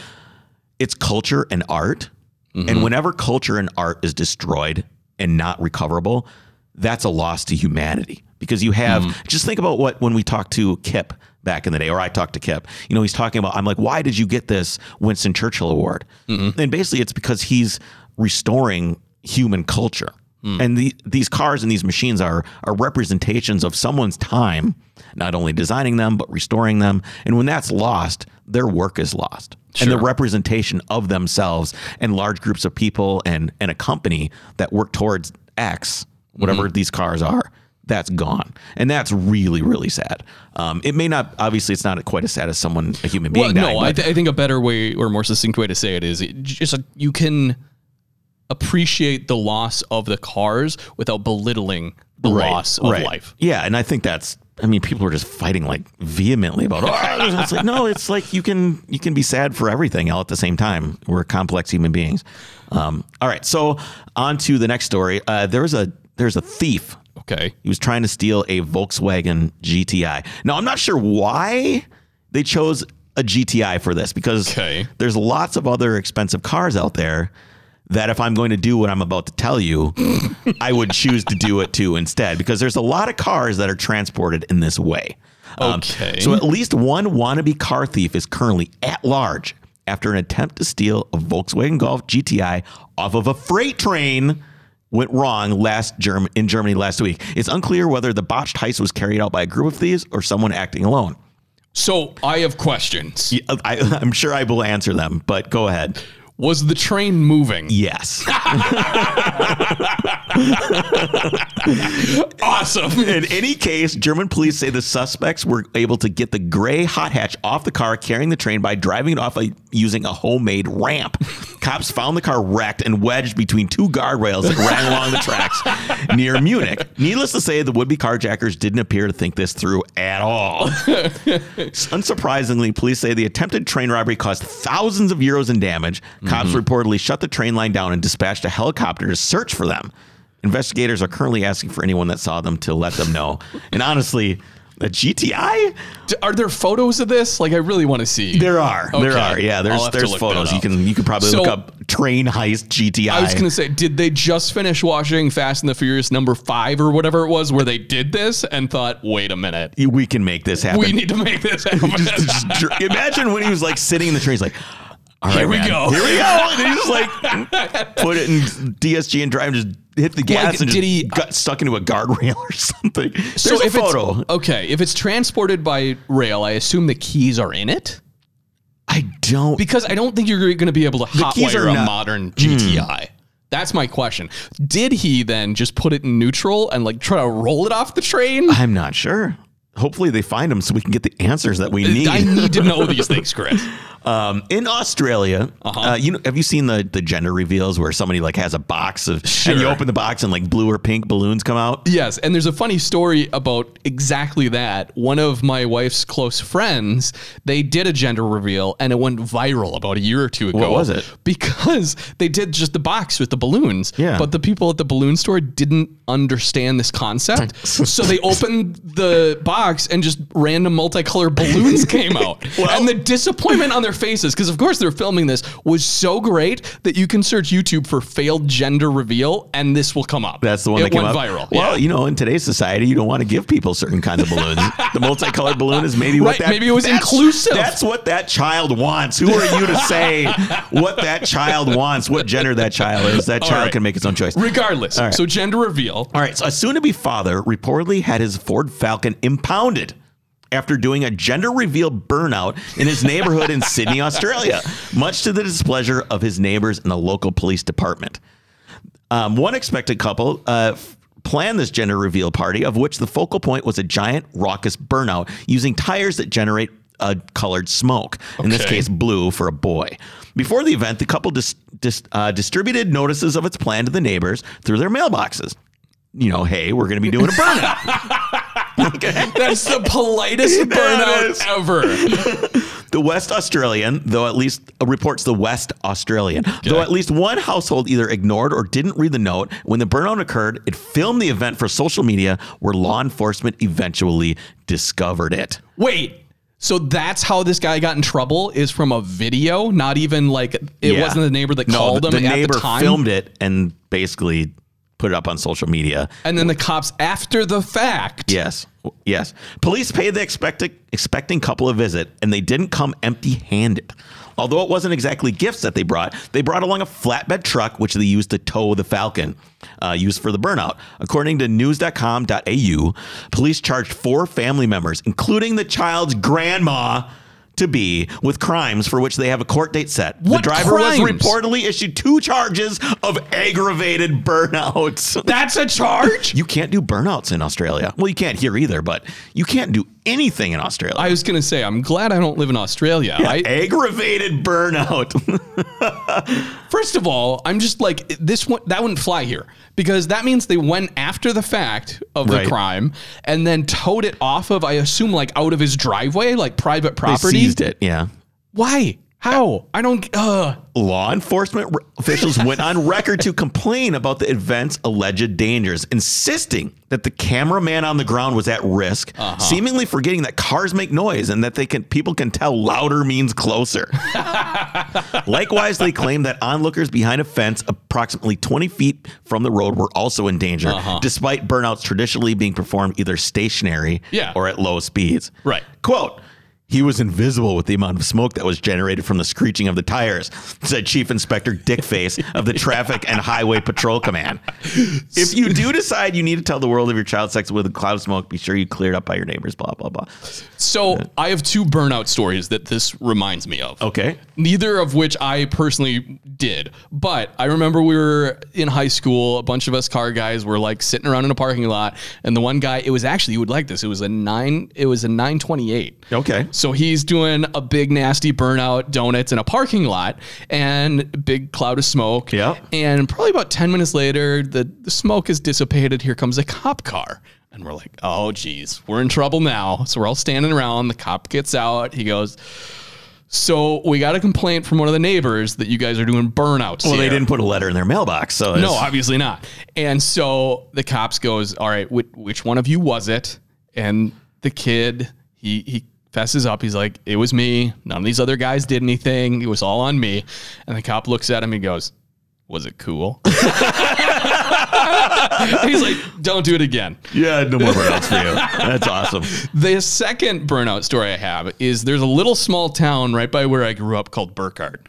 [SPEAKER 1] it's culture and art. And whenever culture and art is destroyed and not recoverable, that's a loss to humanity. Because you have, just think about what, when we talked to Kip back in the day, or I talked to Kip, you know, he's talking about, I'm like, why did you get this Winston Churchill Award? And basically, it's because he's restoring human culture.
[SPEAKER 2] Mm.
[SPEAKER 1] And the, these cars and these machines are are representations of someone's time, not only designing them but restoring them. And when that's lost, their work is lost, and the representation of themselves and large groups of people and and a company that work towards X, whatever
[SPEAKER 2] Mm-hmm.
[SPEAKER 1] these cars are, that's gone, and that's really really sad. Um, it may not obviously it's not quite as sad as someone a human being
[SPEAKER 2] Well,
[SPEAKER 1] dying.
[SPEAKER 2] no, I,
[SPEAKER 1] but-
[SPEAKER 2] th- I think a better way or more succinct way to say it is it j- just like you can appreciate the loss of the cars without belittling the loss of life.
[SPEAKER 1] Yeah, and I think that's. I mean, people are just fighting like vehemently about. Oh, *laughs* it's like no, it's like you can you can be sad for everything all at the same time. We're complex human beings. Um, all right, so on to the next story. Uh, there was a there's a thief.
[SPEAKER 2] Okay.
[SPEAKER 1] He was trying to steal a Volkswagen GTI. Now I'm not sure why they chose a GTI for this because
[SPEAKER 2] Okay.
[SPEAKER 1] there's lots of other expensive cars out there that if I'm going to do what I'm about to tell you, I would choose to do it too instead because there's a lot of cars that are transported in this way. Um,
[SPEAKER 2] Okay.
[SPEAKER 1] so at least one wannabe car thief is currently at large after an attempt to steal a Volkswagen Golf GTI off of a freight train went wrong last Germ- in Germany last week. It's unclear whether the botched heist was carried out by a group of thieves or someone acting alone.
[SPEAKER 2] So I have questions.
[SPEAKER 1] Yeah, I, *laughs* I'm sure I will answer them, but go ahead.
[SPEAKER 2] Was the train moving?
[SPEAKER 1] Yes. *laughs*
[SPEAKER 2] Awesome. *laughs*
[SPEAKER 1] In any case, German police say the suspects were able to get the gray hot hatch off the car carrying the train by driving it off a, using a homemade ramp. Cops found the car wrecked and wedged between two guardrails that ran along the tracks near Munich. Needless to say, the would-be carjackers didn't appear to think this through at all. Unsurprisingly, police say the attempted train robbery caused thousands of euros in damage. Cops
[SPEAKER 2] Mm-hmm.
[SPEAKER 1] reportedly shut the train line down and dispatched a helicopter to search for them. Investigators are currently asking for anyone that saw them to let them know. and honestly, a GTI?
[SPEAKER 2] D- Are there photos of this? Like, I really want to see.
[SPEAKER 1] There are. There
[SPEAKER 2] Okay.
[SPEAKER 1] are. Yeah,
[SPEAKER 2] I'll
[SPEAKER 1] there's
[SPEAKER 2] have to
[SPEAKER 1] there's
[SPEAKER 2] look
[SPEAKER 1] photos.
[SPEAKER 2] that
[SPEAKER 1] You
[SPEAKER 2] up.
[SPEAKER 1] can you can probably
[SPEAKER 2] So-
[SPEAKER 1] look up train heist GTI.
[SPEAKER 2] I was going to say, did they just finish watching Fast and the Furious number five or whatever it was where they did this and thought, wait a minute,
[SPEAKER 1] we can make this happen.
[SPEAKER 2] we need to
[SPEAKER 1] *laughs*
[SPEAKER 2] make this happen?
[SPEAKER 1] Just dr- imagine when he was like sitting in the train, he's like, All right,
[SPEAKER 2] Here we
[SPEAKER 1] man.
[SPEAKER 2] go."
[SPEAKER 1] Here we go. And he just like put it in DSG and drive, just hit the gas,
[SPEAKER 2] Like,
[SPEAKER 1] and just
[SPEAKER 2] did he-
[SPEAKER 1] got stuck into a guardrail or something. There's
[SPEAKER 2] so
[SPEAKER 1] a
[SPEAKER 2] if
[SPEAKER 1] photo.
[SPEAKER 2] It's, okay, if it's transported by rail, I assume the keys are in it
[SPEAKER 1] I don't.
[SPEAKER 2] because I don't think you're going to be able to
[SPEAKER 1] keys are Hmm.
[SPEAKER 2] hotwire a
[SPEAKER 1] not-
[SPEAKER 2] modern GTI. That's my question. Did he then just put it in neutral and like try to roll it off the train?
[SPEAKER 1] I'm not sure. Hopefully they find him so we can get the answers that we
[SPEAKER 2] Uh, I
[SPEAKER 1] need. *laughs*
[SPEAKER 2] need to know these things, Chris.
[SPEAKER 1] Um, in Australia,
[SPEAKER 2] Uh-huh.
[SPEAKER 1] uh you know, have you seen the the gender reveals where somebody like has a box of and you
[SPEAKER 2] Sure.
[SPEAKER 1] open the box and like blue or pink balloons come out?
[SPEAKER 2] Yes, and there's a funny story about exactly that. One of my wife's close friends, they did a gender reveal and it went viral about a year or two ago.
[SPEAKER 1] What was it?
[SPEAKER 2] Because they did just the box with the balloons.
[SPEAKER 1] Yeah.
[SPEAKER 2] But the people at the balloon store didn't understand
[SPEAKER 1] *laughs*
[SPEAKER 2] this concept. so they opened the box and just random
[SPEAKER 1] *laughs*
[SPEAKER 2] multicolored balloons came out. and the disappointment on their faces, because of course they're filming this, was so great that you can search YouTube for failed gender reveal and this will come up.
[SPEAKER 1] That's the one
[SPEAKER 2] it
[SPEAKER 1] that came
[SPEAKER 2] went
[SPEAKER 1] up.
[SPEAKER 2] viral.
[SPEAKER 1] Well, you know, in today's society, you don't want to give people certain kinds of
[SPEAKER 2] *laughs*
[SPEAKER 1] balloons. the multicolored balloon is maybe what
[SPEAKER 2] Right,
[SPEAKER 1] that
[SPEAKER 2] maybe it was
[SPEAKER 1] that's-
[SPEAKER 2] inclusive.
[SPEAKER 1] That's what that child wants. Who are you to
[SPEAKER 2] *laughs*
[SPEAKER 1] say what that child wants? What gender that child is? That child
[SPEAKER 2] right.
[SPEAKER 1] can make its own choice.
[SPEAKER 2] Regardless, so gender reveal.
[SPEAKER 1] All right, so a soon-to-be father reportedly had his Ford Falcon impounded after doing a gender reveal burnout in his neighborhood in
[SPEAKER 2] *laughs*
[SPEAKER 1] Sydney, Australia, much to the displeasure of his neighbors and the local police department. Um, one expected couple uh, f- planned this gender reveal party, of which the focal point was a giant raucous burnout using tires that generate a colored smoke. In this
[SPEAKER 2] Okay.
[SPEAKER 1] case, blue for a boy. Before the event, the couple dis- dis- uh, distributed notices of its plan to the neighbors through their mailboxes. You know, hey, we're going to be doing a burnout. okay. *laughs*
[SPEAKER 2] That's the politest
[SPEAKER 1] it is.
[SPEAKER 2] burnout ever.
[SPEAKER 1] The West Australian, though at least uh, reports the West Australian, though at least one household either ignored or didn't read the note. When the burnout occurred, it filmed the event for social media, where law enforcement eventually discovered it.
[SPEAKER 2] Wait. So that's how this guy got in trouble is from a video, not even like it
[SPEAKER 1] Yeah.
[SPEAKER 2] wasn't the neighbor that
[SPEAKER 1] No,
[SPEAKER 2] called him
[SPEAKER 1] The
[SPEAKER 2] at
[SPEAKER 1] neighbor
[SPEAKER 2] the time.
[SPEAKER 1] filmed it and basically put it up on social media.
[SPEAKER 2] and then the cops after the fact.
[SPEAKER 1] Yes, yes. Police paid the expected expecting couple a visit, and they didn't come empty-handed. Although it wasn't exactly gifts that they brought, they brought along a flatbed truck, which they used to tow the Falcon, uh, used for the burnout. According to news.com.au, police charged four family members, including the child's grandma, to be with crimes for which they have a court date set. the
[SPEAKER 2] What
[SPEAKER 1] driver was
[SPEAKER 2] crimes?
[SPEAKER 1] reportedly issued two charges of aggravated burnouts. *laughs*
[SPEAKER 2] That's a charge?
[SPEAKER 1] You can't do burnouts in Australia. Well, you can't here either, but you can't do anything in Australia.
[SPEAKER 2] I was going to say I'm glad I don't live in Australia. I,
[SPEAKER 1] Aggravated burnout.
[SPEAKER 2] First of all, I'm just like this one that wouldn't fly here because that means they went after the fact of
[SPEAKER 1] Right.
[SPEAKER 2] the crime and then towed it off of I assume like out of his driveway, like
[SPEAKER 1] *laughs*
[SPEAKER 2] private property.
[SPEAKER 1] Seized it. Yeah.
[SPEAKER 2] Why? How? I don't uh
[SPEAKER 1] Law enforcement re- officials went on record to complain about the event's alleged dangers, insisting that the cameraman on the ground was at risk, seemingly forgetting that cars make noise and that they can people can tell louder means closer. Likewise, they claim that onlookers behind a fence approximately 20 feet from the road were also in danger, despite burnouts traditionally being performed either stationary
[SPEAKER 2] Yeah.
[SPEAKER 1] or at low speeds.
[SPEAKER 2] Right.
[SPEAKER 1] Quote, he was invisible with the amount of smoke that was generated from the screeching of the tires, said Chief Inspector Dickface of the Traffic and Highway Patrol Command. If you do decide you need to tell the world of your child sex with a cloud of smoke, be sure you clear it up by your neighbors, blah, blah, blah.
[SPEAKER 2] so I have two burnout stories that this reminds me of.
[SPEAKER 1] Okay.
[SPEAKER 2] Neither of which I personally did. But I remember we were in high school, a bunch of us car guys were like sitting around in a parking lot, and the one guy, it was actually you would like this. It was a nine it was a nine twenty eight.
[SPEAKER 1] Okay.
[SPEAKER 2] So he's doing a big nasty burnout donuts in a parking lot and big cloud of smoke.
[SPEAKER 1] Yeah.
[SPEAKER 2] And probably about 10 minutes later, the, the smoke is dissipated. Here comes a cop car. And we're like, oh, geez, we're in trouble now. So we're all standing around. The cop gets out. He goes, So we got a complaint from one of the neighbors that you guys are doing burnouts.
[SPEAKER 1] Well, they
[SPEAKER 2] here."
[SPEAKER 1] didn't put a letter in their mailbox, so
[SPEAKER 2] No,
[SPEAKER 1] it's-
[SPEAKER 2] obviously not. And so the cops goes, "All right, which, which one of you was it?" And the kid, he he fesses up. He's like, "It was me. None of these other guys did anything. It was all on me." And the cop looks at him and goes, "Was it cool?" *laughs* he's like, "Don't do it again."
[SPEAKER 1] yeah, no more burnouts for you. That's awesome.
[SPEAKER 2] The second burnout story I have is there's a little small town right by where I grew up called Burkhart.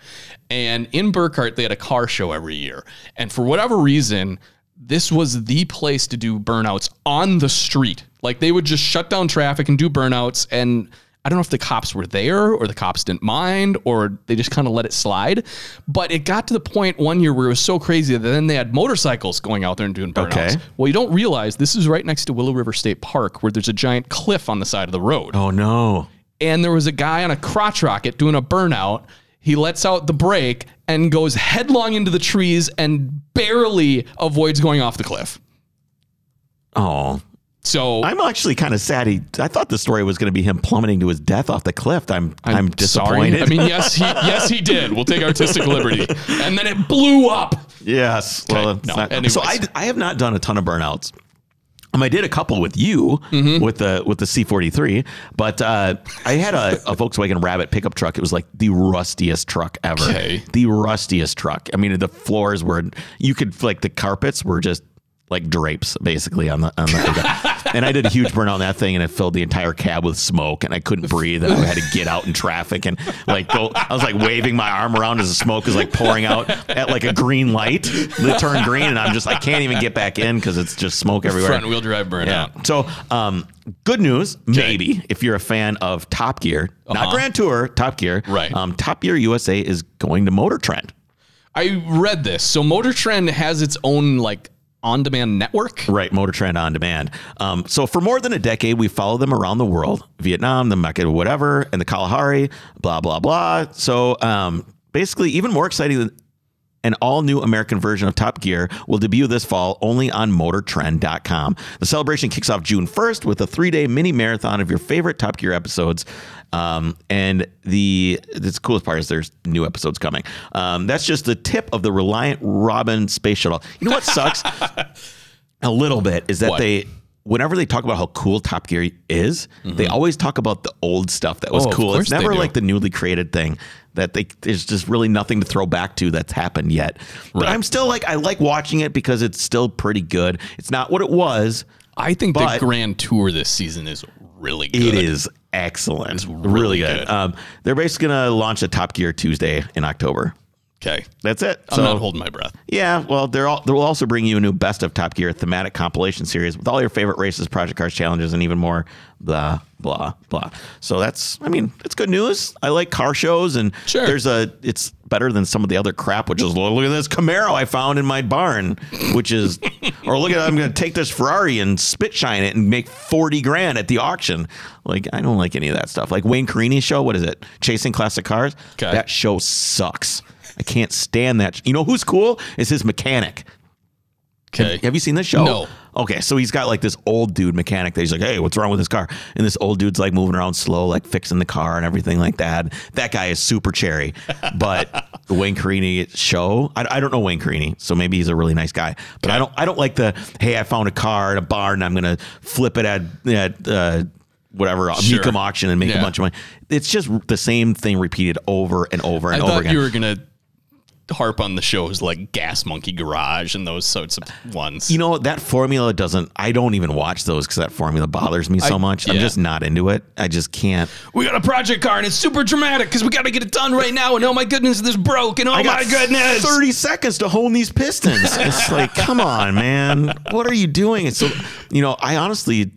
[SPEAKER 2] And in Burkhart, they had a car show every year. And for whatever reason, this was the place to do burnouts on the street. Like they would just shut down traffic and do burnouts. And I don't know if the cops were there or the cops didn't mind or they just kind of let it slide. But it got to the point one year where it was so crazy that then they had motorcycles going out there and doing burnouts.
[SPEAKER 1] Okay.
[SPEAKER 2] Well, you don't realize this is right next to Willow River State Park where there's a giant cliff on the side of the road.
[SPEAKER 1] Oh no.
[SPEAKER 2] And there was a guy on a crotch rocket doing a burnout. He lets out the brake and goes headlong into the trees and barely avoids going off the cliff.
[SPEAKER 1] Oh.
[SPEAKER 2] So
[SPEAKER 1] I'm actually kind of sad. He, I thought the story was going to be him plummeting to his death off the cliff. I'm, I'm,
[SPEAKER 2] sorry.
[SPEAKER 1] disappointed.
[SPEAKER 2] I mean, yes, he yes he did. We'll
[SPEAKER 1] *laughs*
[SPEAKER 2] take artistic liberty. And then it blew up.
[SPEAKER 1] Yes. Well, it's
[SPEAKER 2] no,
[SPEAKER 1] not-
[SPEAKER 2] anyways.
[SPEAKER 1] so I, I have not done a ton of burnouts. Um, I did a couple with you
[SPEAKER 2] Mm-hmm.
[SPEAKER 1] with the with the C43, but uh, I had a,
[SPEAKER 2] *laughs*
[SPEAKER 1] a Volkswagen Rabbit pickup truck. It was like the rustiest truck ever.
[SPEAKER 2] Okay.
[SPEAKER 1] The rustiest truck. I mean, the floors were you could like the carpets were just like drapes basically on the on the. and I did a huge burn on that thing, and it filled the entire cab with smoke, and I couldn't breathe, and I had to get out in traffic and like go. I was like waving my arm around as the smoke is like pouring out at like a green light that turned green, and I'm just I can't even get back in because it's just smoke everywhere.
[SPEAKER 2] Front wheel drive burnout.
[SPEAKER 1] Yeah. So, um, good news, maybe if you're a fan of Top Gear, not Grand Tour, Top Gear.
[SPEAKER 2] Right.
[SPEAKER 1] Um, Top Gear USA is going to Motor Trend.
[SPEAKER 2] I read this. So Motor Trend has its own like on-demand network.
[SPEAKER 1] Right, Motor Trend on Demand. Um, so for more than a decade, we follow them around the world: Vietnam, the Mecca, whatever, and the Kalahari, blah blah blah. So um, basically, even more exciting than an all-new American version of Top Gear will debut this fall only on MotorTrend.com. The celebration kicks off June 1st with a three-day mini marathon of your favorite Top Gear episodes. Um, and the the coolest part is there's new episodes coming. Um, that's just the tip of the Reliant Robin space shuttle. You know what sucks? a little bit is that
[SPEAKER 2] What?
[SPEAKER 1] they whenever they talk about how cool Top Gear is, they always talk about the old stuff that was
[SPEAKER 2] Mm-hmm. Oh, of
[SPEAKER 1] cool.
[SPEAKER 2] course
[SPEAKER 1] It's
[SPEAKER 2] they
[SPEAKER 1] never
[SPEAKER 2] do.
[SPEAKER 1] like the newly created thing that they there's just really nothing to throw back to that's happened yet. But
[SPEAKER 2] Right.
[SPEAKER 1] I'm still like I like watching it because it's still pretty good. It's not what it was.
[SPEAKER 2] I think
[SPEAKER 1] But-
[SPEAKER 2] the Grand Tour this season is really good.
[SPEAKER 1] It is excellent. really,
[SPEAKER 2] really
[SPEAKER 1] good.
[SPEAKER 2] good.
[SPEAKER 1] Um, they're basically gonna launch a Top Gear Tuesday in October.
[SPEAKER 2] Okay.
[SPEAKER 1] That's it.
[SPEAKER 2] I'm not holding my breath.
[SPEAKER 1] Yeah, well, they're all, they'll also bring you a new Best of Top Gear thematic compilation series with all your favorite races, project cars, challenges, and even more. Blah blah blah. So that's, I mean, it's good news. I like car shows, and
[SPEAKER 2] Sure.
[SPEAKER 1] there's a, it's better than some of the other crap, which is look at this Camaro I found in my barn, which is, or look at I'm going to take this Ferrari and spit shine it and make forty grand at the auction. Like I don't like any of that stuff. Like Wayne Carini's show, what is it? Chasing classic cars.
[SPEAKER 2] Okay.
[SPEAKER 1] That show sucks. I can't stand that. You know who's cool? Is his mechanic.
[SPEAKER 2] Okay.
[SPEAKER 1] Have you seen this show?
[SPEAKER 2] No.
[SPEAKER 1] Okay, so he's got like this old dude mechanic that he's like, hey, what's wrong with this car? And this old dude's like moving around slow, like fixing the car and everything like that. That guy is super
[SPEAKER 2] *laughs*
[SPEAKER 1] cherry. But the Wayne Carini show, I, I don't know Wayne Carini, so maybe he's a really nice guy. But I don't, I don't like the hey, I found a car at a bar and I'm gonna flip it at at uh, whatever
[SPEAKER 2] Sure.
[SPEAKER 1] Mecum auction and make
[SPEAKER 2] Yeah.
[SPEAKER 1] a bunch of money. It's just the same thing repeated over and over
[SPEAKER 2] I
[SPEAKER 1] and over
[SPEAKER 2] thought
[SPEAKER 1] again.
[SPEAKER 2] you were gonna harp on the shows like Gas Monkey Garage and those sorts of ones.
[SPEAKER 1] You know that formula doesn't. I don't even watch those because that formula bothers me so much. I'm
[SPEAKER 2] yeah. Oh
[SPEAKER 1] just not into it. I just can't.
[SPEAKER 2] we got a project car and it's super dramatic because we got to get it done right now. And oh my goodness, this broke. And oh
[SPEAKER 1] I
[SPEAKER 2] my goodness,
[SPEAKER 1] thirty seconds to hone these
[SPEAKER 2] *laughs*
[SPEAKER 1] pistons. it's like, come on, man, what are you doing? It's so, you know, I honestly,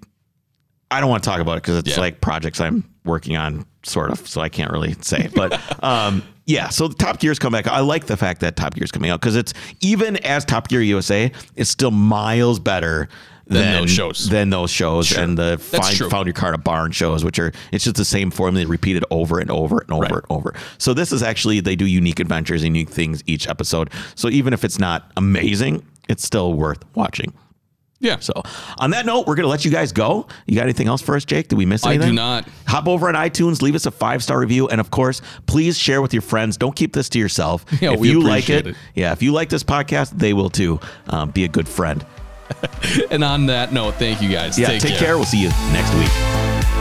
[SPEAKER 1] I don't want to talk about it because it's
[SPEAKER 2] Yeah.
[SPEAKER 1] like projects I'm working on, sort of. So I can't really say, but.
[SPEAKER 2] *laughs*
[SPEAKER 1] um yeah, so the Top Gear's come back. I like the fact that Top Gear's coming out because it's even as Top Gear USA, it's still miles better than,
[SPEAKER 2] those shows.
[SPEAKER 1] Than those shows and the
[SPEAKER 2] That's
[SPEAKER 1] find,
[SPEAKER 2] true.
[SPEAKER 1] found your car at a barn shows, which are it's just the same formula repeated over and over and over and over. So this is actually they do unique adventures, unique things each episode. So even if it's not amazing, it's still worth watching.
[SPEAKER 2] yeah.
[SPEAKER 1] So on that note, we're gonna let you guys go. You got anything else for us, Jake? Did we miss
[SPEAKER 2] I
[SPEAKER 1] anything?
[SPEAKER 2] do not.
[SPEAKER 1] Hop over on iTunes, leave us a five star review, and of course, please share with your friends. Don't keep this to yourself.
[SPEAKER 2] *laughs* Yeah,
[SPEAKER 1] if
[SPEAKER 2] we
[SPEAKER 1] you like
[SPEAKER 2] appreciate
[SPEAKER 1] it,
[SPEAKER 2] it.
[SPEAKER 1] yeah, if you like this podcast, they will too. Um, be a good friend.
[SPEAKER 2] And on that note, thank you guys.
[SPEAKER 1] Yeah, take care. We'll see you next week.